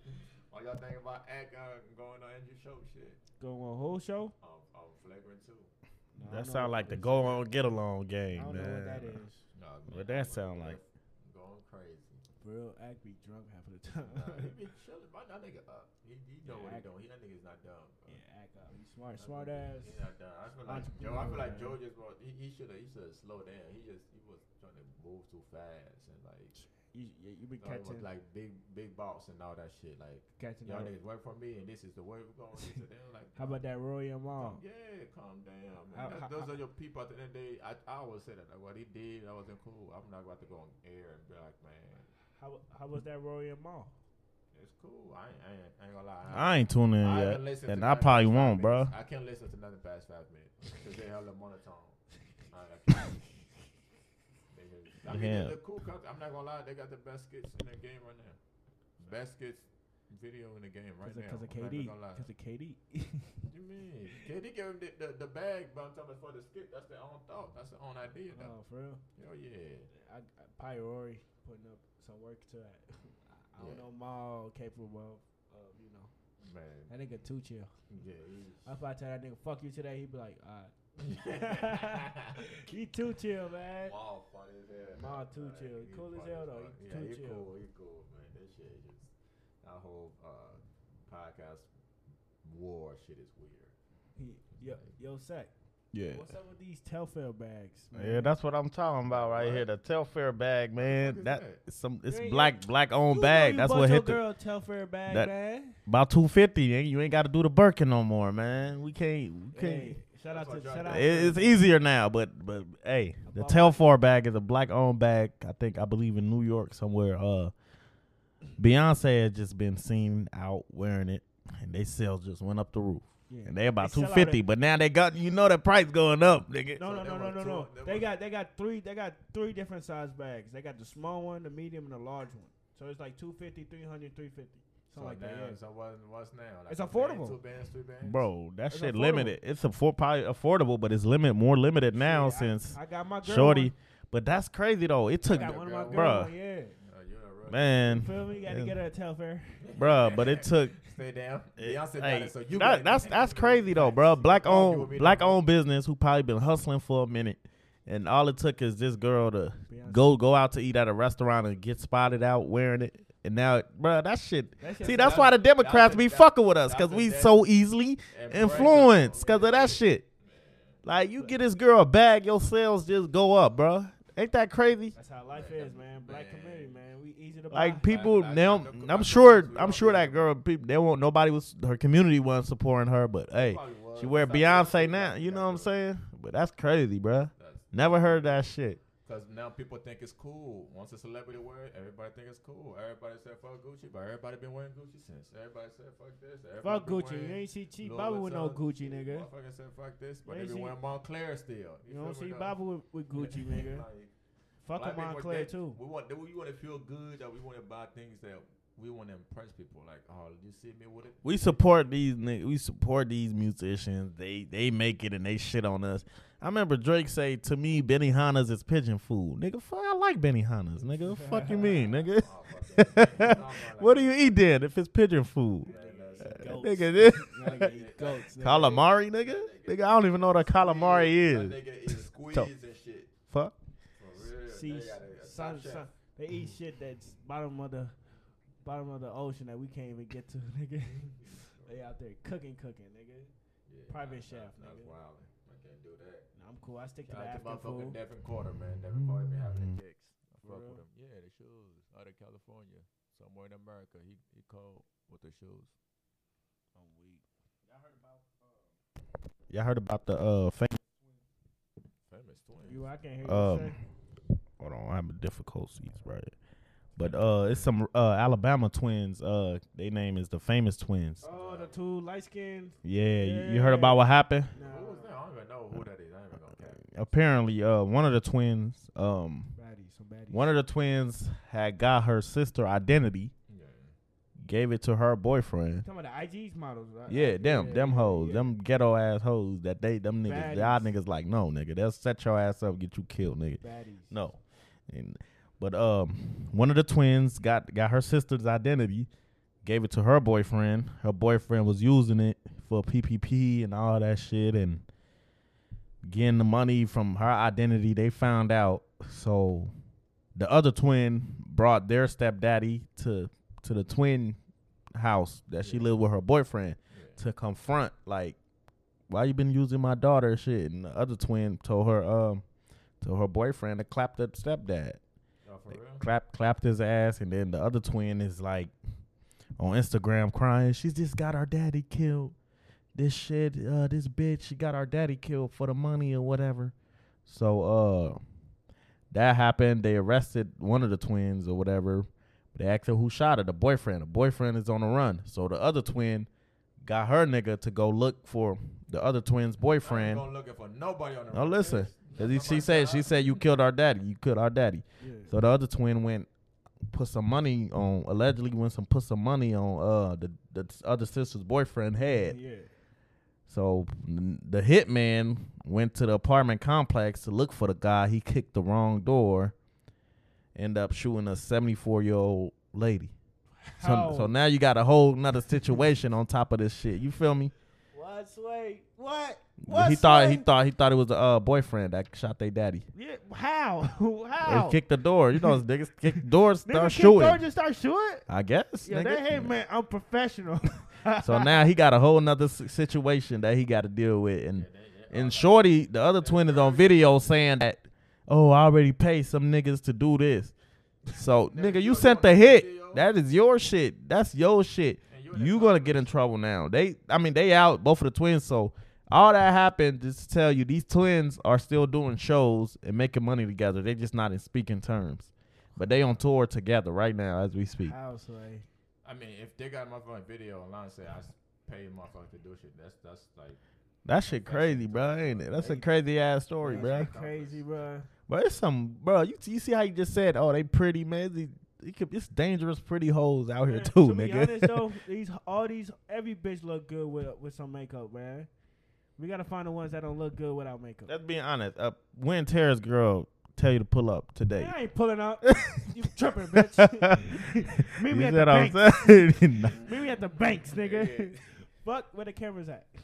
D: What y'all think about act uh, going on Andrew Show shit?
C: Going on whole show.
D: Um, um, flagrant too.
C: No, I
B: That
C: don't
B: sound
C: know.
B: like the go on get
C: I
B: along game,
C: don't know what
B: man.
C: that is.
D: No,
B: What that sound like?
D: Going crazy.
C: For real, act be drunk half of the time.
D: Nah, he be chilling. My that nigga up. He, he know
C: Yeah,
D: what he
C: act-
D: doing. He that nigga's not dumb. Bro.
C: yeah, act up. He's smart,
D: That
C: smart
D: nigga-
C: ass.
D: He not dumb. I feel like Joe. I feel like Joe just want- he, he should have he should have slowed down. He just he was trying to move too fast and like
C: You, yeah, you been
D: thought he
C: catching,
D: was, like big big boss and all that shit like.
C: catching. all-
D: Y'all niggas work for me, and this is the way we're going. This and that. Like,
C: How about that Roy and Mom?
D: calm- Yeah, calm down. Man.
C: How-
D: That-
C: how-
D: those are your people. At the end of the day, I, I always say that. Like, what he did, that wasn't cool. I'm not about to go on air and be like, man,
C: How how was that Roy and Mom?
D: it's cool. I ain't, I ain't, I ain't gonna lie.
B: I ain't tuning in
D: haven't
B: yet,
D: listened
B: and
D: to
B: I
D: nothing
B: probably
D: past five
B: won't, bro.
D: minutes. I can't listen to nothing past five minutes because they hella monotone. I, I can't. They just- I mean,
B: Yeah.
D: they're the cool. Content. I'm not gonna lie. They got the best skits in the game right now. Best skits video in the game right
C: Because
D: now.
C: of, 'cause of
D: I'm not even
C: KD.
D: gonna lie.
C: Because of KD.
D: What you mean? KD gave him the, the, the bag, but I'm talking for the skit. That's their own thought. That's their own idea.
C: Oh,
D: though.
C: for real.
D: Hell yeah.
C: I, I probably Rory putting up some work to that. I, I don't
D: Yeah.
C: know Maul capable of, of, you know.
D: Man.
C: That nigga too chill.
D: Yeah.
C: I probably tell that nigga fuck you today, he'd be like, alright.
D: he's-
C: he too chill, man.
D: Wow, funny as hell.
C: Ma too
D: Like,
C: chill.
D: he
C: Cool as
D: funny
C: hell, though.
D: fuck.
C: He
D: Yeah,
C: too
D: he
C: chill.
D: cool. He cool, man. That shit is just, that whole uh, podcast war shit is weird.
C: He, yo, yo, Sack.
B: Yeah.
C: What's up with these Telfair bags, man?
B: Yeah, that's what I'm talking about right
D: What?
B: here. The Telfair bag, man.
D: is
B: That,
D: that?
B: some it's
C: Yeah, yeah.
B: black black
C: You
B: owned
C: know
B: bag.
C: you
B: That's
C: bought
B: what
C: your
B: hit the
C: girl Telfair bag,
B: that-
C: man.
B: About two fifty, nigga. You ain't got to do the Birkin no more, man. We can't. We can't.
C: Hey, shout out
D: That's
C: to
D: what
C: shout
D: y'all
C: out.
B: It-
D: do.
C: to-
B: It's easier now, but but hey, the
C: About-
B: Telfar bag is a black owned bag. I think I believe in New York somewhere. Uh, Beyonce has just been seen out wearing it, and they sales just went up the roof.
C: Yeah.
B: And they about
C: They
B: two
C: sell out
B: fifty, but now they got you know the price going up, nigga.
C: No,
D: So
C: no,
D: they
C: no, no,
D: want
C: no,
D: two-
C: no.
D: they
C: They
D: want-
C: got they got three they got three different size bags. They got the small one, the medium, and the large one. So it's like 250, 300, 350.
D: So,
C: Something like
D: now,
C: that. Yeah.
D: so what, what's now? Like
C: It's
D: a band,
C: affordable.
D: two bands, three bands.
B: Bro, that
C: It's
B: shit
C: affordable.
B: limited. It's afford probably affordable, but it's limit more limited now
C: Shit, I-
B: since
C: I, got my girl
B: Shorty.
C: one.
B: But that's crazy though. It took
C: I got one of my
D: Bruh.
C: girl one, yeah.
D: Uh, you're a real bro.
B: man,
C: Feel me? You gotta
B: Yeah.
C: get her a telfair.
B: bruh. But it took.
D: Stay down.
B: it-
D: Beyonce got
B: Eh, hey,
D: it, so you got
B: that-
D: it.
B: that's that's crazy though, bruh. Black
D: Argue with me,
B: owned
D: though.
B: black owned business who probably been hustling for a minute, and all it took is this girl to
C: Beyonce.
B: go go out to eat at a restaurant and get spotted out wearing it, and now, bruh, that shit.
C: That shit
B: See,
C: sucks.
B: that's why the Democrats
D: a-
B: be
D: that-
B: fucking with us
D: that's
B: because
D: a
B: we
D: dead-
B: so easily
D: And Brad Pitt.
B: influenced because of that shit. Like you get this girl a bag, your sales just go up, bruh. Ain't that crazy?
C: That's how life is, man. Black community, man. We easy to buy.
B: Like people
D: I- I- I
B: now,
D: know- I know
B: I'm sure,
D: people who
B: I'm
D: are
B: sure that
D: big.
B: girl, people, they won't. Nobody was her community wasn't supporting her, but hey,
D: Probably was.
B: she wear
D: That's how
B: Beyonce
D: Beyonce
B: now.
D: got-
B: You
D: got
B: know what I'm
D: her.
B: saying? But that's crazy, bruh.
D: That's-
B: Never heard that shit.
D: Cause now people think it's cool. Once a celebrity wear it, everybody think it's cool. Everybody said fuck Gucci, but everybody been wearing Gucci since. Everybody said fuck this. Everybody
C: Fuck
D: been
C: Gucci.
D: wearing
C: You ain't see cheap
D: Louis
C: Bobby with no
D: Vuitton.
C: Gucci, nigga.
D: Motherfucker said fuck this, but
C: You
D: they
C: ain't
D: be
C: see-
D: wearing Montclair still. You,
C: You don't
D: feel
C: see
D: me,
C: Bobby with, with
D: dog?
C: Gucci, nigga.
D: Like,
C: Fuck
D: black
C: him
D: people,
C: on Claire
D: they-
C: too.
D: We want, we want to feel good that we want to buy things that we want to impress people. Like, oh, you see me with it?
B: We support these ni- we support these musicians. They they make it and they shit on us. I remember Drake say to me, Benny Hanna's is pigeon food. Nigga, fuck I like Benny Hanna's, nigga. fuck you mean, nigga?
D: Oh, fuck that. No, I'm not like
B: what do you
D: that.
B: eat then if it's pigeon food?
D: That's-
B: Uh,
C: Goats.
B: nigga, this
C: Nigga, eat goats, nigga.
B: calamari, nigga? Nigga, I don't even know what a calamari
D: That
B: is.
D: nigga is squeeze
B: Tough.
D: and shit.
B: Fuck.
D: For real.
C: See,
D: They got a- a
C: some,
D: top chef.
C: some- they eat shit that's bottom of the bottom of the ocean that we can't even get to, nigga. they out there cooking, cooking, nigga.
D: Yeah,
C: Private
D: nah,
C: chef,
D: nah, That's
C: nigga.
D: wild. I can't do that.
C: Nah, I'm cool. I stick to
D: Shout
C: the
D: out to
C: after
D: motherfucking
C: food.
D: Devin Carter, man. Devin Carter been having
B: Mm.
D: the kicks. I
C: For
D: fuck
C: real?
D: with him. Yeah, the shoes out of California, somewhere in America. He he called with the shoes.
B: Y'all heard about the uh fam-
D: Famous twins.
C: You, I can't hear
B: Um,
C: you say.
B: hold on, I'm having difficulties, right? But uh it's some uh Alabama twins, uh they name is the famous twins.
C: Oh, the two light skins.
B: Yeah, you- you heard about
C: Yeah.
B: what happened?
C: Nah,
D: Who was that? I don't even know who that is. I ain't even gonna care.
B: apparently uh one of the twins um
C: baddies, some baddies.
B: one of the twins had got her sister identity
D: Yeah.
B: gave it to her boyfriend
C: Some of the IG's models, right?
B: yeah them them
C: yeah,
B: hoes
C: yeah.
B: them ghetto ass hoes that they them niggas y'all
C: Baddies.
B: niggas like no nigga they'll set your ass up get you killed nigga
C: Baddies.
B: no and but um one of the twins got got her sister's identity gave it to her boyfriend her boyfriend was using it for ppp and all that shit and getting the money from her identity they found out so the other twin brought their stepdaddy to to the twin house that she
D: Yeah.
B: lived with her boyfriend
D: Yeah.
B: to confront like why you been using my daughter and shit and the other twin told her um told her boyfriend to clap the stepdad
D: Y'all for real?
B: clap clapped his ass and then the other twin is like on instagram crying she's just got our daddy killed this shit uh this bitch she got our daddy killed for the money or whatever so uh that happened they arrested one of the twins or whatever they asked her who shot her the boyfriend the boyfriend is on the run so the other twin got her nigga to go look for the other twin's
D: I ain't
B: boyfriend
D: gonna looking for nobody on the.
B: no listen because she
D: Somebody
B: said she
D: died.
B: said you killed our daddy you killed our daddy
C: Yeah.
B: so the other twin went put some money on allegedly went some put some money on uh the the other sister's boyfriend head.
C: Yeah.
B: So n- the hitman went to the apartment complex to look for the guy. He kicked the wrong door. End up shooting a 74 year old lady. So,
C: How?
B: so now you got a whole nother situation on top of this shit. You feel me?
C: What sway? What?
B: he thought he thought he thought it was the uh, boyfriend that shot their daddy.
C: Yeah. How? how?
B: He kicked the door. You know, niggas kick doors,
C: Nigga
B: start
C: kick door,
B: shooting.
C: just start shooting.
B: I guess.
C: Yeah,
B: nigga.
C: that hate man unprofessional.
B: So now he got a whole nother s- situation that he got to deal with, and
D: Yeah,
B: and Shorty, the other twin, is on video saying that, oh, I already paid some niggas to do this. So nigga, you sent the hit. That is your shit. That's your shit. You gonna get in trouble now. They, I mean, they out both of the twins. So all that happened just to tell you these twins are still doing shows and making money together. They just not in speaking terms, but they on tour together right now as we speak.
C: How sway?
D: I mean, if they got my fucking video online, say I s- pay my fucking to do shit. That's that's like.
B: That shit crazy, bro. Ain't it? That's a crazy ass story, bro.
C: That shit Crazy, bro.
B: But it's some bro. You you see how you just said, oh, they pretty man. They, they could, it's dangerous, pretty hoes out here
C: Man,
B: too,
C: to Be honest,
B: nigga.
C: though, these all these every bitch look good with with some makeup, man. We gotta find the ones that don't look good without makeup.
B: That's being honest. Uh, Win Terrace girl tell you to pull up today.
C: Man, I ain't pulling up. you tripping, bitch. Meet me
B: You
C: at
B: see
C: the
B: what I'm
C: banks.
B: saying? Nah.
C: Meet me at the banks, nigga. Fuck where the camera's at.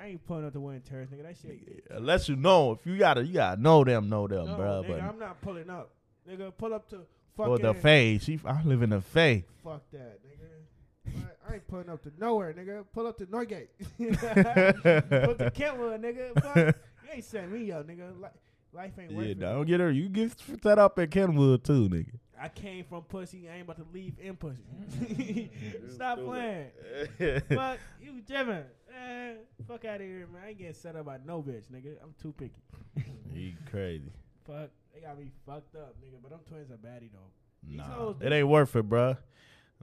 C: I ain't pulling up to Wayne Terrace, nigga. That shit.
B: Unless you know, if you gotta, you gotta know them, know them,
C: No,
B: bruh.
C: nigga,
B: But
C: I'm not pulling up. Nigga, pull up to fucking.
B: or the Faye, she, I live in the Faye.
C: Fuck that, nigga. I, I ain't pulling up to nowhere, nigga. Pull up to Norgate. pull up to Kentwood, nigga. Fuck. You ain't sent me up, nigga. Li- Life ain't worth
B: Yeah,
C: it.
B: don't get her. You get set up at Kenwood too, nigga.
C: I came from pussy. I ain't about to leave in pussy. Stop playing. Fuck, you driven. Eh, fuck out of here, man. I ain't getting set up by no bitch, nigga. I'm too picky.
B: he crazy.
C: Fuck. They got me fucked up, nigga. But them twins are baddie, though. These
B: Nah,
C: hoes
B: it ain't worth it, bruh.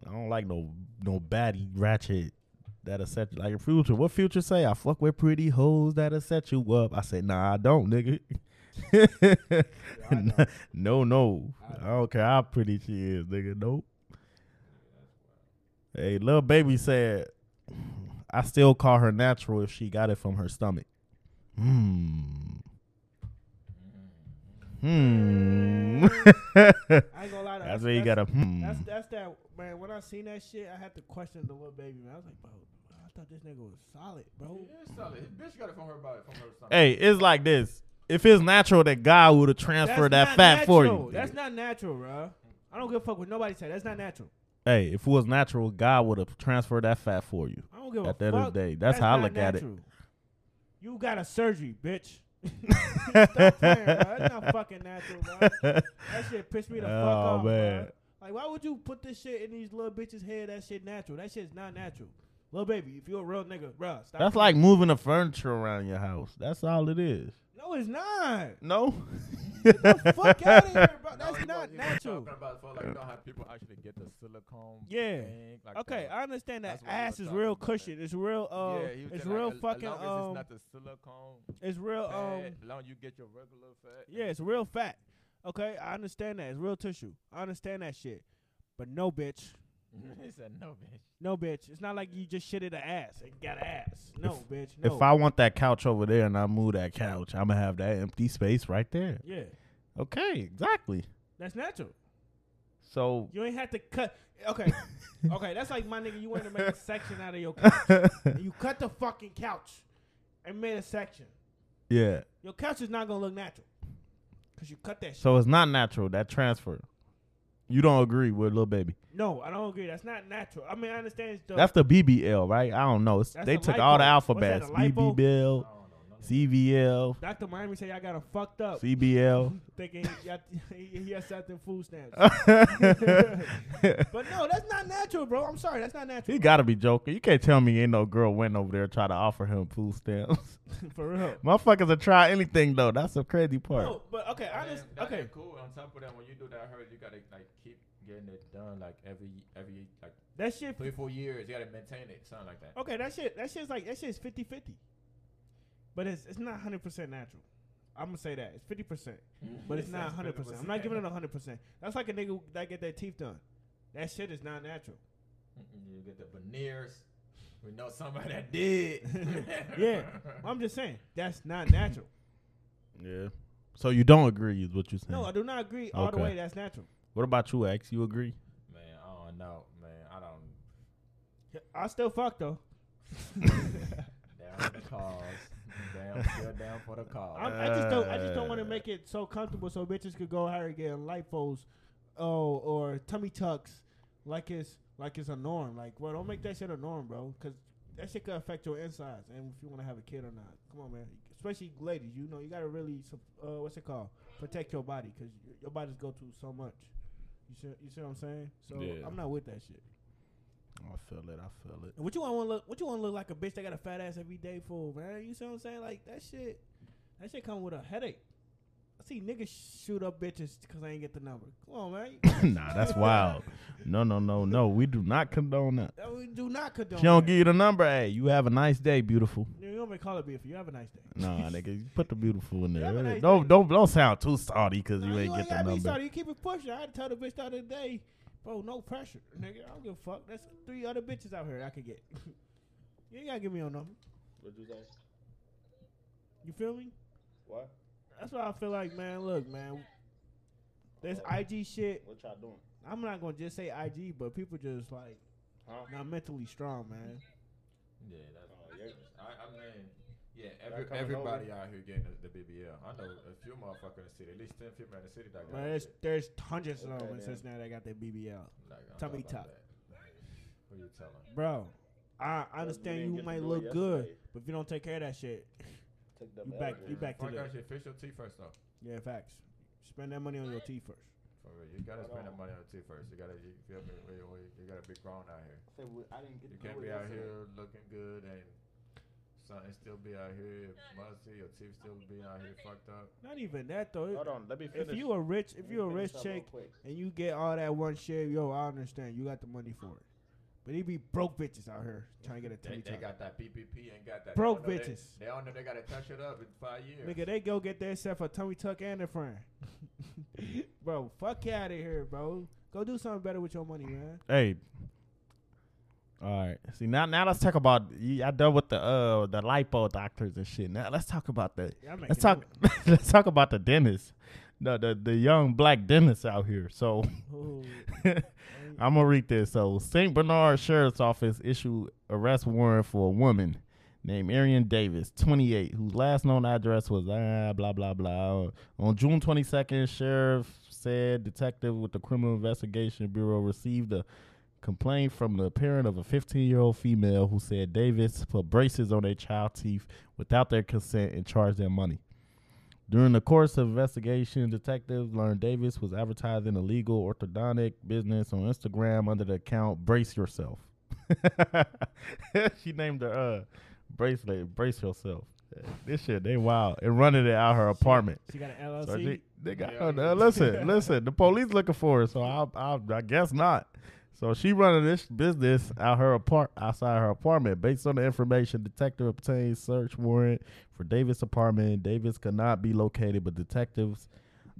B: I don't like no no baddie ratchet that'll set you like a future. What future say? I fuck with pretty hoes that'll set you up. I said, nah, I don't, nigga. no, no, I don't care how pretty she is, nigga. Nope. Hey, little baby said, I still call her natural if she got it from her stomach. Hmm. Hmm.
C: I ain't gonna lie.
B: That's where you gotta. Hmm.
C: That's that's that man. When I seen that shit, I had to question the little baby man. I was like, bro, I thought this nigga was solid, bro.
D: It's solid. His bitch got it from her body, from her stomach.
B: Hey, it's like this. If it's natural that God would have transferred that
C: not
B: fat for
C: natural.
B: you.
C: That's not natural, bro. I don't give a fuck what nobody said. That's not natural.
B: hey, if it was natural, God would have transferred that fat for you.
C: I don't give
B: At
C: a
B: the end
C: fuck.
B: of the day, that's how I
C: not
B: look at it.
C: natural. You got a surgery, bitch. Stop playing, bro. That's not fucking natural, bro. That shit pissed me the fuck
B: Oh,
C: off,
B: man.
C: man. Like, why would you put this shit in these little bitches' head? That shit natural. That shit's not natural. Little baby, if you're a real nigga, bro, stop.
B: That's like
C: playing.
B: moving the furniture around your house. That's all it is.
C: no, it's not.
B: No.
C: fuck out of here, bro.
D: Now
C: That's
D: you want-
C: not
D: you want to
C: natural.
D: talk about for like, you know how people actually get the silicone.
C: Yeah.
D: thing, like
C: Okay,
D: that.
C: I understand that
D: That's what we
C: ass
D: were
C: is
D: talking
C: real
D: about, man.
C: cushion. It's real. Uh,
D: he was
C: it's
D: saying, like,
C: real
D: as- as
C: fucking.
D: long as
C: um,
D: it's not the silicone.
C: it's real. Um,
D: fat, as long as you get your regular fat.
C: yeah, it's real fat. Okay, I understand that. It's real tissue. I understand that shit. But no, bitch.
D: he said no, bitch.
C: No, bitch. It's not like you just shitted an ass and got ass. No, bitch. No.
B: If I want that couch over there and I move that couch, I'm gonna have that empty space right there.
C: yeah,
B: Okay, exactly.
C: that's natural.
B: So
C: You ain't have to cut. Okay, okay. That's like my nigga. You wanted to make a section out of your couch. And you cut the fucking couch and made a section.
B: yeah.
C: Your couch is not gonna look natural because you cut that shit.
B: So it's not natural that transfer. You don't agree with little baby.
C: No, I don't agree. That's not natural. I mean, I understand it's the
B: That's the BBL, right? I don't know. It's,
C: That's
B: they
C: the
B: took all the
C: lipo. What's that,
B: alphabets:
C: the lipo?
D: I
B: BBL,
D: don't know. none of
B: CVL,
C: Dr. Miami said y'all got him fucked up.
B: CBL.
C: Thinking y'all, he has something food stamps.
B: he
C: But no, that's not natural, bro. I'm sorry, that's not natural.
B: gotta be joking. You can't tell me ain't no girl went over there try to offer him food stamps.
C: For real.
B: Motherfuckers will try anything though. That's the crazy part.
C: No, but okay,
D: that.
C: I
D: And
C: just
D: that
C: okay.
D: ain't cool. On top of that, when you do that, I heard you gotta like keep getting it done like every every like
C: That shit.
D: three four years. You gotta maintain it, something like that.
C: Okay, that shit. That shit's like that shit's 50-50. But it's it's not hundred percent natural. I'm gonna say that it's fifty percent, but it's
D: It
C: not
D: says
C: hundred percent. I'm not giving it hundred percent. That's like a nigga that get their teeth done. That shit is not natural.
D: You get the veneers. We know somebody that did.
C: Yeah, I'm just saying that's not natural.
B: Yeah. So you don't agree is what you're saying.
C: No, I do not agree all the
B: Okay.
C: way. That's natural.
B: what about you, ex? You agree?
D: Man, I don't know, man. I don't.
C: I still fuck though.
D: Down for the cause. Damn, still down for the cause.
C: I'm, I just don't. I just don't want
B: Uh.
C: to make it so comfortable so bitches could go out here and get lipos, oh, or tummy tucks, like it's like it's a norm. Like, well, don't make that shit a norm, bro, because that shit could affect your insides and if you want to have a kid or not. Come on, man. Especially ladies, you know, you gotta really, sup- uh, what's it called? Protect your body because your body's go through so much. You see, you see what I'm saying? So
B: Yeah.
C: I'm not with that shit.
B: Oh, I feel it. I feel it.
C: And what you want to look? What you want to look like a bitch that got a fat ass every day for, man? You see what I'm saying? Like that shit, that shit come with a headache. I see niggas shoot up bitches because I ain't get the number. Come on, man.
B: nah, that's wild. No, no, no, no. We do not condone that.
C: That we do not condone.
B: She don't
C: that.
B: give you the number. Hey, you have a nice day, beautiful.
C: You don't even call it beef. You have a nice day.
B: Nah, nigga, you put the beautiful in there.
C: have a nice
B: don't
C: day.
B: don't don't sound too salty because
C: Nah,
B: you ain't get the
C: gotta be
B: number.
C: sorry. You keep it pushing. I had to tell the bitch the other day, bro. No pressure, nigga. I don't give a fuck. That's three other bitches out here I could get. you ain't gotta give me your number.
E: What'd you say?
C: You feel me?
E: What?
C: That's why I feel like, man. Look, man. This IG shit.
E: What y'all doing?
C: I'm not gonna just say IG, but people just like
E: Huh?
C: not mentally strong, man.
D: Yeah, that's.
E: Oh, yeah.
D: I, I mean, yeah, every,
E: coming
D: everybody out here getting the, the BBL. I know a few motherfuckers in the city, at least 10 people in the city that got
C: But
D: that
C: there's
D: shit.
C: there's hundreds of
E: Okay,
C: them in
E: then.
C: Cincinnati that got their BBL,
D: Like, I
C: tummy
D: know about
C: tuck.
D: that. Who you telling?
C: bro. I, I
E: you
C: understand
E: didn't
C: you,
E: get to
C: might
E: do it
C: look good,
E: yesterday.
C: but if you don't take care of that shit,
E: Took them
C: you back
E: L's,
C: you
E: man.
C: back to
D: Fuck
C: the
D: that shit. Fix your teeth first, though.
C: yeah facts. Spend that money on your teeth first.
D: For real. You gotta
E: Hold
D: spend
E: on.
D: that money on teeth first. You gotta, you feel me? We- we- You gotta be grown out here.
E: I said, well, I didn't get
D: You
E: to
D: can't
E: do it
D: be out
E: yesterday.
D: here looking good and something still be out here musty. Your teeth still be out here fucked up.
C: Not even that though.
E: Hold on, let me finish.
C: if you a rich
E: Let
C: if
E: me
C: you a
E: finish
C: rich
E: up real
C: chick
E: quick.
C: and you get all that one shit, yo, I understand. You got the money for it. But he be broke bitches out here trying to get a
D: They,
C: tummy
D: they
C: tuck.
D: got that PPP and got that they
C: Broke
D: don't know
C: bitches.
D: They, they don't know they gotta touch it up in five years.
C: Nigga, they go get themselves a tummy tuck and a friend. bro, fuck out of here, bro. Go do something better with your money, man.
B: Hey. All right. See now, now let's talk about. you- I done with the uh the lipo doctors and shit. Now let's talk about the.
C: Yeah, I'm
B: Let's
C: making
B: talk. let's talk about the dentist. No, the the young black dentist out here. So.
C: no- Ooh.
B: I'm gonna read this. So, St. Bernard Sheriff's Office issued arrest warrant for a woman named Arian Davis, 28, whose last known address was ah, blah blah blah. On June 22nd, sheriff said detective with the Criminal Investigation Bureau received a complaint from the parent of a 15-year-old female who said Davis put braces on their child teeth without their consent and charged them money. During the course of investigation, detectives learned Davis was advertising illegal orthodontic business on Instagram under the account Brace Yourself. she named her uh, bracelet Brace Yourself. This shit, they wild. And running it out her apartment.
C: She got an
B: So they,
C: LLC.
B: they got,
D: Yeah.
B: uh, listen, listen, the police looking for her, so I, I, I guess not. So she running this business out her apart outside her apartment. Based on the information, detective obtained search warrant for Davis' apartment. Davis could not be located, but detectives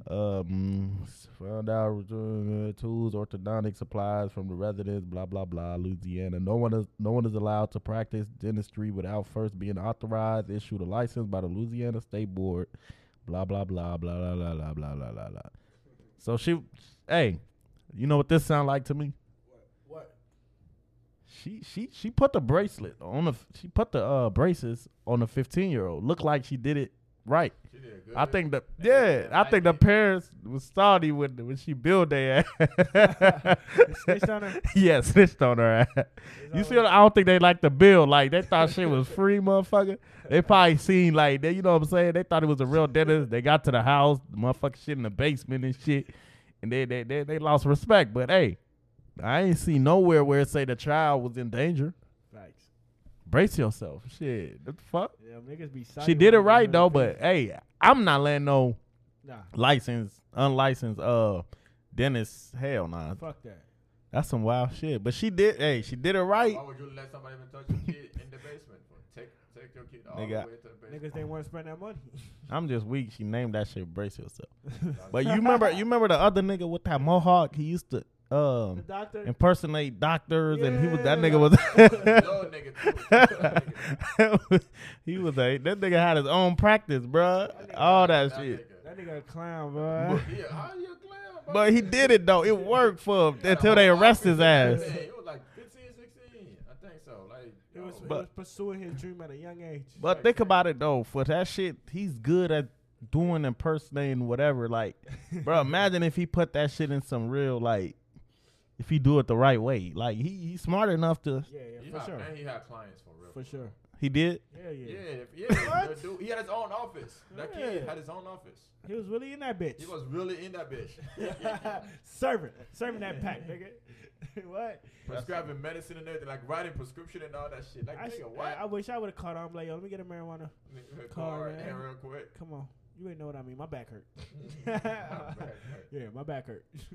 B: um, found out uh, tools, orthodontic supplies from the residents, blah blah blah, Louisiana. No one is no one is allowed to practice dentistry without first being authorized, issued a license by the Louisiana State Board blah blah blah blah blah blah blah blah blah blah. blah. So she, hey, you know what this sound like to me?
D: What?
B: She she she put the bracelet on the she put the uh braces on the fifteen year old. Looked like she did it right.
D: She did good.
B: I think the yeah, I think the parents was salty when when she billed their ass.
C: Snitched on her.
B: yeah, snitched on her ass. You see, what- I don't think they like the bill. Like they thought shit was free, motherfucker. They probably seen like they, you know what I'm saying. They thought it was a real dentist. They got to the house, the motherfucker shit in the basement and shit, and they they they, they lost respect. But hey, I ain't see nowhere where it say the child was in danger.
C: Facts.
B: Brace yourself, shit. What the fuck?
C: Yeah, niggas be
B: She
C: silent
B: did it
C: when they
B: right
C: run
B: though,
C: the
B: but
C: business.
B: hey, I'm not letting no
C: nah,
B: licensed, unlicensed, uh, dentist. Hell nah,
C: fuck that.
B: that's some wild shit. But she did. Hey, she did it right.
D: Why would you let somebody even touch your kid in the basement? For? Take take your kid all
B: Nigga,
D: the way to the basement.
C: Niggas they want to spend that money.
B: I'm just weak. She named that shit brace yourself. But you remember, you remember the other nigga with that mohawk? He used to
C: the
B: um
C: doctor.
B: impersonate doctors, and he was that
C: Yeah.
B: nigga was.
D: Yo, nigga, too.
B: he was a that nigga had his own practice, bruh. All that shit.
D: nigga.
C: That nigga a clown, bro.
D: Yeah, how you a clown, bro?
B: But he did it though. It worked for him
D: You got a
B: until they
D: whole
B: arrest his ass.
D: office and everything. He was like 15, 16. I think so. Like,
C: He was, he
D: yo,
C: was pursuing his dream at a young age.
B: But think about it though. For that shit, he's good at doing impersonating whatever. Like, bro, imagine if he put that shit in some real like. If he do it the right way, like he he's smart enough to
C: Yeah, yeah,
D: he
C: for
D: had,
C: sure.
D: Man, he had clients for real.
C: For sure.
B: he did.
C: Yeah, yeah.
D: Yeah, if- yeah. the dude, he had his own office. That kid
C: Yeah.
D: had his own office.
C: He was really in that bitch.
D: He was really in that bitch.
C: serving, serving that pack, nigga. what?
D: Prescribing medicine and everything, like writing prescription and all that shit. Like,
C: I,
D: nigga,
C: I,
D: what?
C: I wish I would have caught on. I'm like, yo, let me get a marijuana. Car,
D: Nigga, call right
C: man.
D: there real quick.
C: Come on, you ain't know what I mean. My back hurt.
D: Oh, hurt.
C: yeah, my back hurt.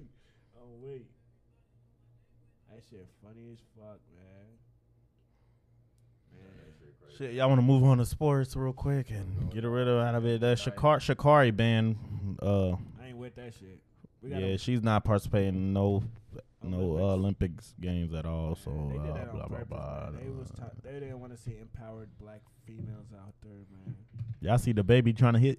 C: oh wait, that shit funny as fuck, man. Man,
B: Shit, y'all want to move on to sports real quick and get rid of out of it. That Shakar Shakari ban. Uh,
C: I ain't with that shit. We got
B: yeah, she's not participating in no no uh,
C: Olympics.
B: Olympics games at all. So
C: Man, they did
B: uh,
C: that on
B: blah blah
C: purpose,
B: blah.
C: man. They was t- they didn't want to see empowered black females out there, man.
B: Y'all see the baby trying to hit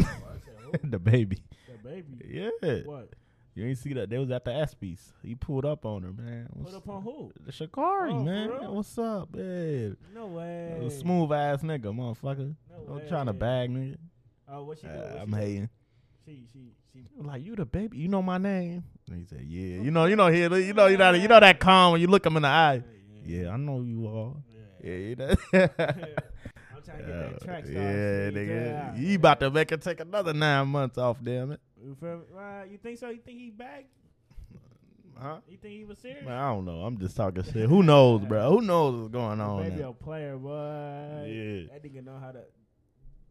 D: I said, who?
B: the baby.
C: That baby.
B: Yeah.
C: What?
B: You ain't see that. They was at the ESPYs. He pulled up on her, man.
C: Put up on who?
B: The Shikari,
C: Oh, for
B: man.
C: real?
B: What's up, man?
C: No way.
B: A Smooth ass nigga, motherfucker.
C: No
B: I'm trying to
C: way.
B: bag nigga.
C: Oh, what she
B: Uh,
C: doing? What
B: I'm
C: she doing?
B: hating.
C: She, she, she.
B: Like you the baby, you know my name. And he said, yeah. You know, you know here, you know, you know, you know that calm when you look him in the eye. Yeah, I know you are.
C: Yeah.
B: Yeah, you know.
C: I'm trying to get that track star.
B: yeah,
C: shit,
B: nigga.
C: yeah.
B: You about to make it take another nine months off, damn it.
C: You feel me? Why, you think so? You think he back?
B: Huh?
C: You think he was serious?
B: Man, I don't know. I'm just talking shit. Who knows, bro? Who knows what's going on?
C: Baby
B: now?
C: a player, boy.
B: Yeah.
C: That nigga know how to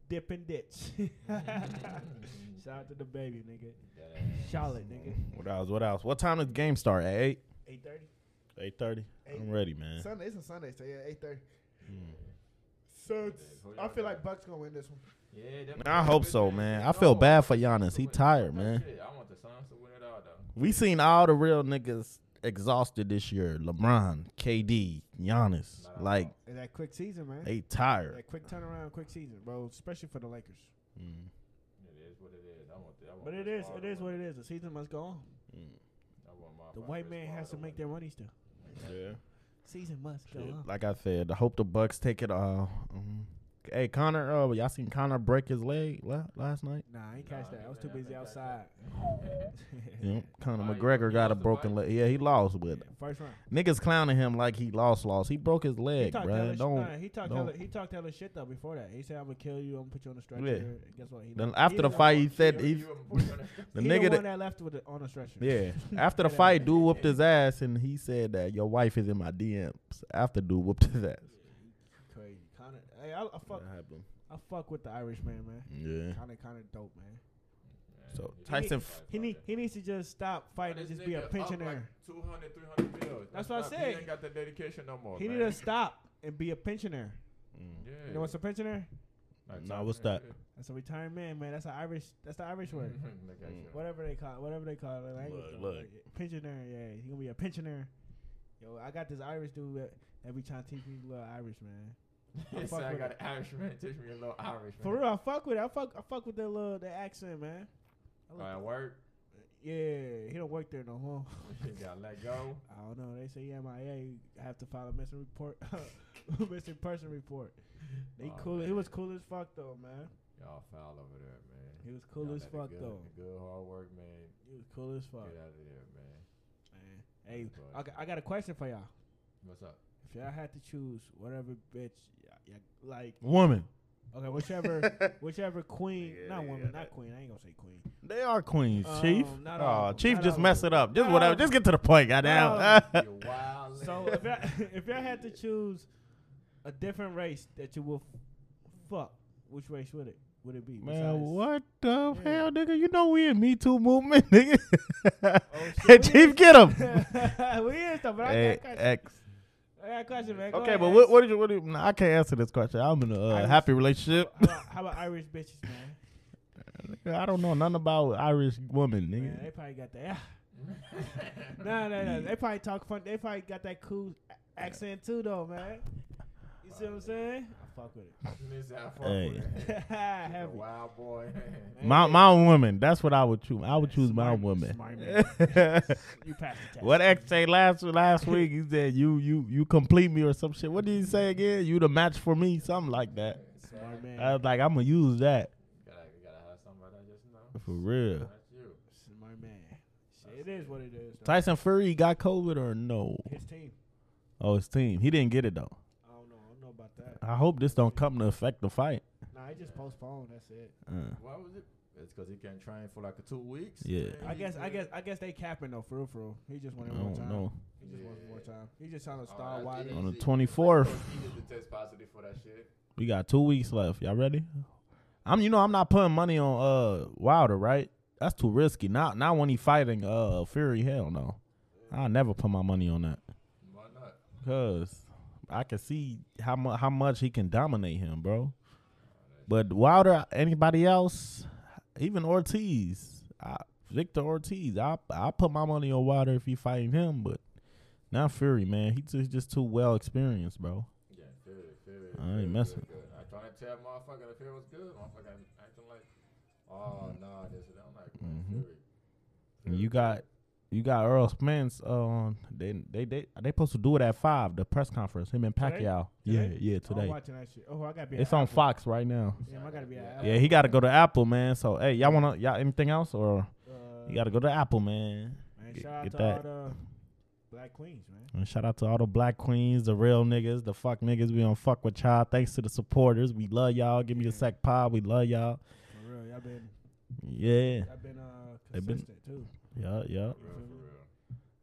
C: dip and ditch. Shout out to the baby, nigga. Charlotte, nigga.
B: What else? What else? What time does game start? At eight.
C: Eight thirty.
B: Eight thirty. I'm ready, man.
E: Sunday, it's a Sunday, so yeah, eight thirty.
B: Mm.
E: So it's,
D: Who y'all
E: I feel
D: got?
E: like Bucks gonna win this one.
D: Yeah, that-
B: I hope so, man. I feel
D: No.
B: bad for Giannis. He
D: Win-
B: tired,
D: that
B: man.
D: shit. I want the Suns to win it all, though.
B: We seen all the real niggas exhausted this year. LeBron, KD, Giannis.
D: Nah.
B: Like
C: And that quick season, man.
B: they tired.
C: That quick turnaround, quick season, bro. Especially for the Lakers.
B: Mm.
D: It is what it is. I want the, I want
C: But it
D: Chris
C: is,
D: Paul
C: it
D: to
C: is
D: win.
C: what it is. The season must go on.
D: I want my-
C: The
D: my
C: white
D: Chris
C: man
D: Paul
C: has to make
D: win.
C: their money still.
B: Yeah.
C: Season must go
B: Shit,
C: on.
B: Like I said, I hope the Bucks take it. Uh, um, hey Connor, uh, y'all seen Connor break his leg la- last night?
C: Nah, I ain't
D: Nah,
C: catch that. I was too
D: I didn't
C: busy
D: catch
C: outside.
D: that.
B: Yep. Conor
D: Oh, he-
B: McGregor
D: he
B: got a
D: lost the
B: broken
D: fight?
B: leg. Yeah, he lost, but
C: First round.
B: niggas clowning him like he lost, lost. He broke his
C: He
B: leg,
C: talked
B: bro.
C: hella sh-
B: Don't.
C: nah, he talked
B: don't-
C: hella, he talked hella shit though before that. He said I'm gonna kill you, I'm gonna put you on a stretcher.
B: Yeah.
C: Guess what? He
B: Then
C: left-
B: after
C: he
B: the
C: one-
B: fight, he said
D: You-
B: he,
D: you were born-
B: the
C: he
B: nigga
C: the one
B: that.
C: that left with it on a stretcher.
B: Yeah, after the
C: Yeah.
B: fight, dude whooped his ass, and he said that your wife is in my DMs. After dude whooped his ass,
C: Crazy. Connor hey, I, I fuck
B: That happened.
C: I fuck with the Irishman, man.
B: Yeah.
C: Connor Connor dope, man.
B: So
D: Yeah,
B: Tyson,
D: he-
B: f-
C: He need he needs to just stop fighting and
D: This
C: just be a
D: nigga up
C: pensioner.
D: Like 200, 300 bills.
C: That's what I
D: not-
C: said.
D: He ain't got the dedication no more.
C: He
D: man.
C: need to stop and be a pensioner.
B: Mm.
D: Yeah.
C: You know what's a pensioner?
B: Nah, what's that?
C: That's a retired man, man. That's an Irish that's the Irish word.
D: Mm-hmm.
C: Whatever they call it, whatever they call it. Like,
B: Look,
C: look,
B: look.
C: Pensioner, yeah. He gonna be a pensioner. Yo, I got this Irish dude that, that be trying to teach me little Irish, man.
D: He
C: fuck
D: said, I
C: with
D: got an Irishman. Teach me a little Irish.
C: For real, I fuck with it. I fuck I fuck with that little that accent, man. I
D: All
C: like
D: right,
C: that.
D: work.
C: yeah, he don't work there no more.
D: You got let go.
C: I don't know. They say yeah, MIA. You have to file a missing report, missing person report. They
D: Aw,
C: cool. He
D: Oh, man.
C: was cool as fuck though, man.
D: Y'all foul over there, man.
C: He was cool
D: Y'all
C: as
D: let the
C: fuck
D: good,
C: though.
D: the Good hard work, man.
C: He was cool as fuck,
D: Get out of there, man.
C: man. Hey,
D: That's all
C: I,
D: right.
C: got- I got a question for y'all.
D: What's up?
C: If y'all had to choose whatever bitch, y- y- like
B: woman,
C: okay, whichever, whichever queen,
B: Yeah,
C: not
B: yeah,
C: woman,
B: that-
C: not queen. I ain't gonna say queen.
B: they are queens,
C: Um,
B: Chief.
C: not all of
B: Oh,
C: 'em,
B: Chief,
C: not all
B: just
C: of
B: mess
C: 'em.
B: it up. Just
C: Not all
B: whatever.
C: of
B: Just get to the point, goddamn.
C: Not
D: You're wild.
C: So if y'all, if y'all had to choose a different race that you will fuck, which race would it would it be?
B: Man,
C: besides-
B: what the
C: Yeah.
B: hell, nigga? You know we in Me Too movement, nigga.
C: Oh,
B: Hey,
C: shit, we
B: Chief, get him.
C: we is though, but I
B: Hey,
C: got a question.
B: X.
C: I got a question, man. Go
B: Okay,
C: ahead,
B: but
C: ask.
B: what? What did you? What? Did you, nah, I can't answer this question. I'm in a uh,
C: Irish.
B: happy relationship.
C: How about, how about Irish bitches, man?
B: I don't know nothing about Irish woman,
C: man they
B: nigga.
C: probably got that. no, no, no. They probably talk fun. They probably got that cool a- accent too, though, man. You see what I'm saying? I fuck with it.
D: Listen, I fuck
B: Hey.
D: with it. He's a
C: Heavy.
D: wild boy.
B: My my woman. That's what I would choose. I would choose my
C: Smart-
B: woman.
C: smart man. You passed the test.
B: what X say last last week? He said you you you complete me or some shit. What did he say again? You the match for me, something like that.
C: Smart man.
B: I was like, I'm gonna use that
D: gotta, gotta have somebody that just know.
B: for real.
D: That's you.
C: Smart man. Shit, it is what it is. though.
B: Tyson Fury got COVID or no?
C: His team.
B: Oh, his team. He didn't get it though.
C: I don't know. I don't know about that.
B: I hope this don't come to affect the fight.
C: Nah, it just postponed. That's it.
B: Uh,
D: Why was it? It's because he can't train for like two weeks.
B: Yeah.
D: man.
C: I
D: He
C: guess. I
D: said-
C: guess. I guess they capping though. For real, for real. He just
B: I
C: wanted more
B: don't
C: time.
B: know.
C: He just wants
D: Yeah.
C: more time. He just trying to
D: Oh,
C: start
D: that's
C: wide.
D: easy.
B: On the
D: He-
B: 24th.
D: He did the test positive for that shit.
B: We got two weeks left. Y'all ready? I'm you know I'm not putting money on uh Wilder, right? That's too risky. Not not when he fighting uh Fury. Hell no. I never put my money on that.
D: Why not?
B: Cause I can see how much how much he can dominate him, bro. But Wilder, anybody else, even Ortiz, I, Victor Ortiz, I I put my money on Wilder if he fighting him, but not Fury, man. He's just, just too well experienced, bro.
D: Yeah, Fury, Fury.
B: I ain't messing.
D: Good, good. I trying to tell motherfucker if it was good. Motherfucker acting like Oh nah, this and that. I'm like, man,
B: Mhm.
D: Fury.
B: And you got you got Earl Spence. Um, they they they they supposed to do it at five. The press conference. Him and
C: Today?
B: Pacquiao.
C: Today?
B: Yeah, yeah,
C: I'm
B: today.
C: watching that shit. Oh, I gotta be.
B: it's
C: at
B: on
C: Apple.
B: Fox right now.
C: Damn, I gotta be at Apple.
B: Yeah, he got to go to Apple, man. So hey, y'all wanna y'all anything else or
C: Uh,
B: you got to go to Apple, man.
C: Man,
B: get-
C: shout out
B: get
C: to
B: that.
C: all the black queens, man.
B: And shout out to all the black queens, the real niggas, the fuck niggas. We don't fuck with y'all. Thanks to the supporters, we love y'all. Give me a
C: Yeah.
B: sec pod. We love y'all.
C: For real, y'all been,
B: Yeah,
C: y'all been uh,
B: They've been-
C: consistent too.
B: yeah, yeah.
D: For real, for real.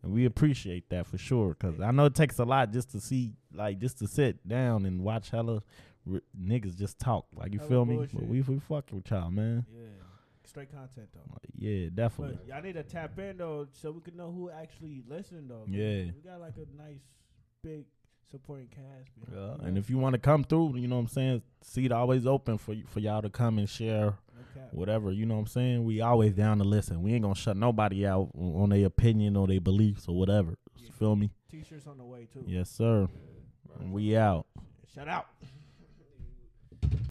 B: And we appreciate that for sure, cause I know it takes a lot just to see, like, just to sit down and watch hella r- niggas just talk. Like, you
C: Hella
B: feel me? But
C: bullshit.
B: we we fucking with y'all, man.
C: Yeah, straight content though.
B: Like, yeah, definitely.
C: But y'all need to tap in though, so we can know who actually listening though.
B: Yeah.
C: we got like a nice big supporting cast. man.
B: Yeah. And if you want to come through, you know what I'm saying. Seat always open for y- for y'all to come and share
C: No cap.
B: whatever. You know what I'm saying. We always down to listen. We ain't gonna shut nobody out on on their opinion or their beliefs or whatever.
C: Yeah.
B: Feel me?
C: T-shirts on the way too.
B: Yes, sir.
D: Yeah, right.
B: And we out.
C: Shout out.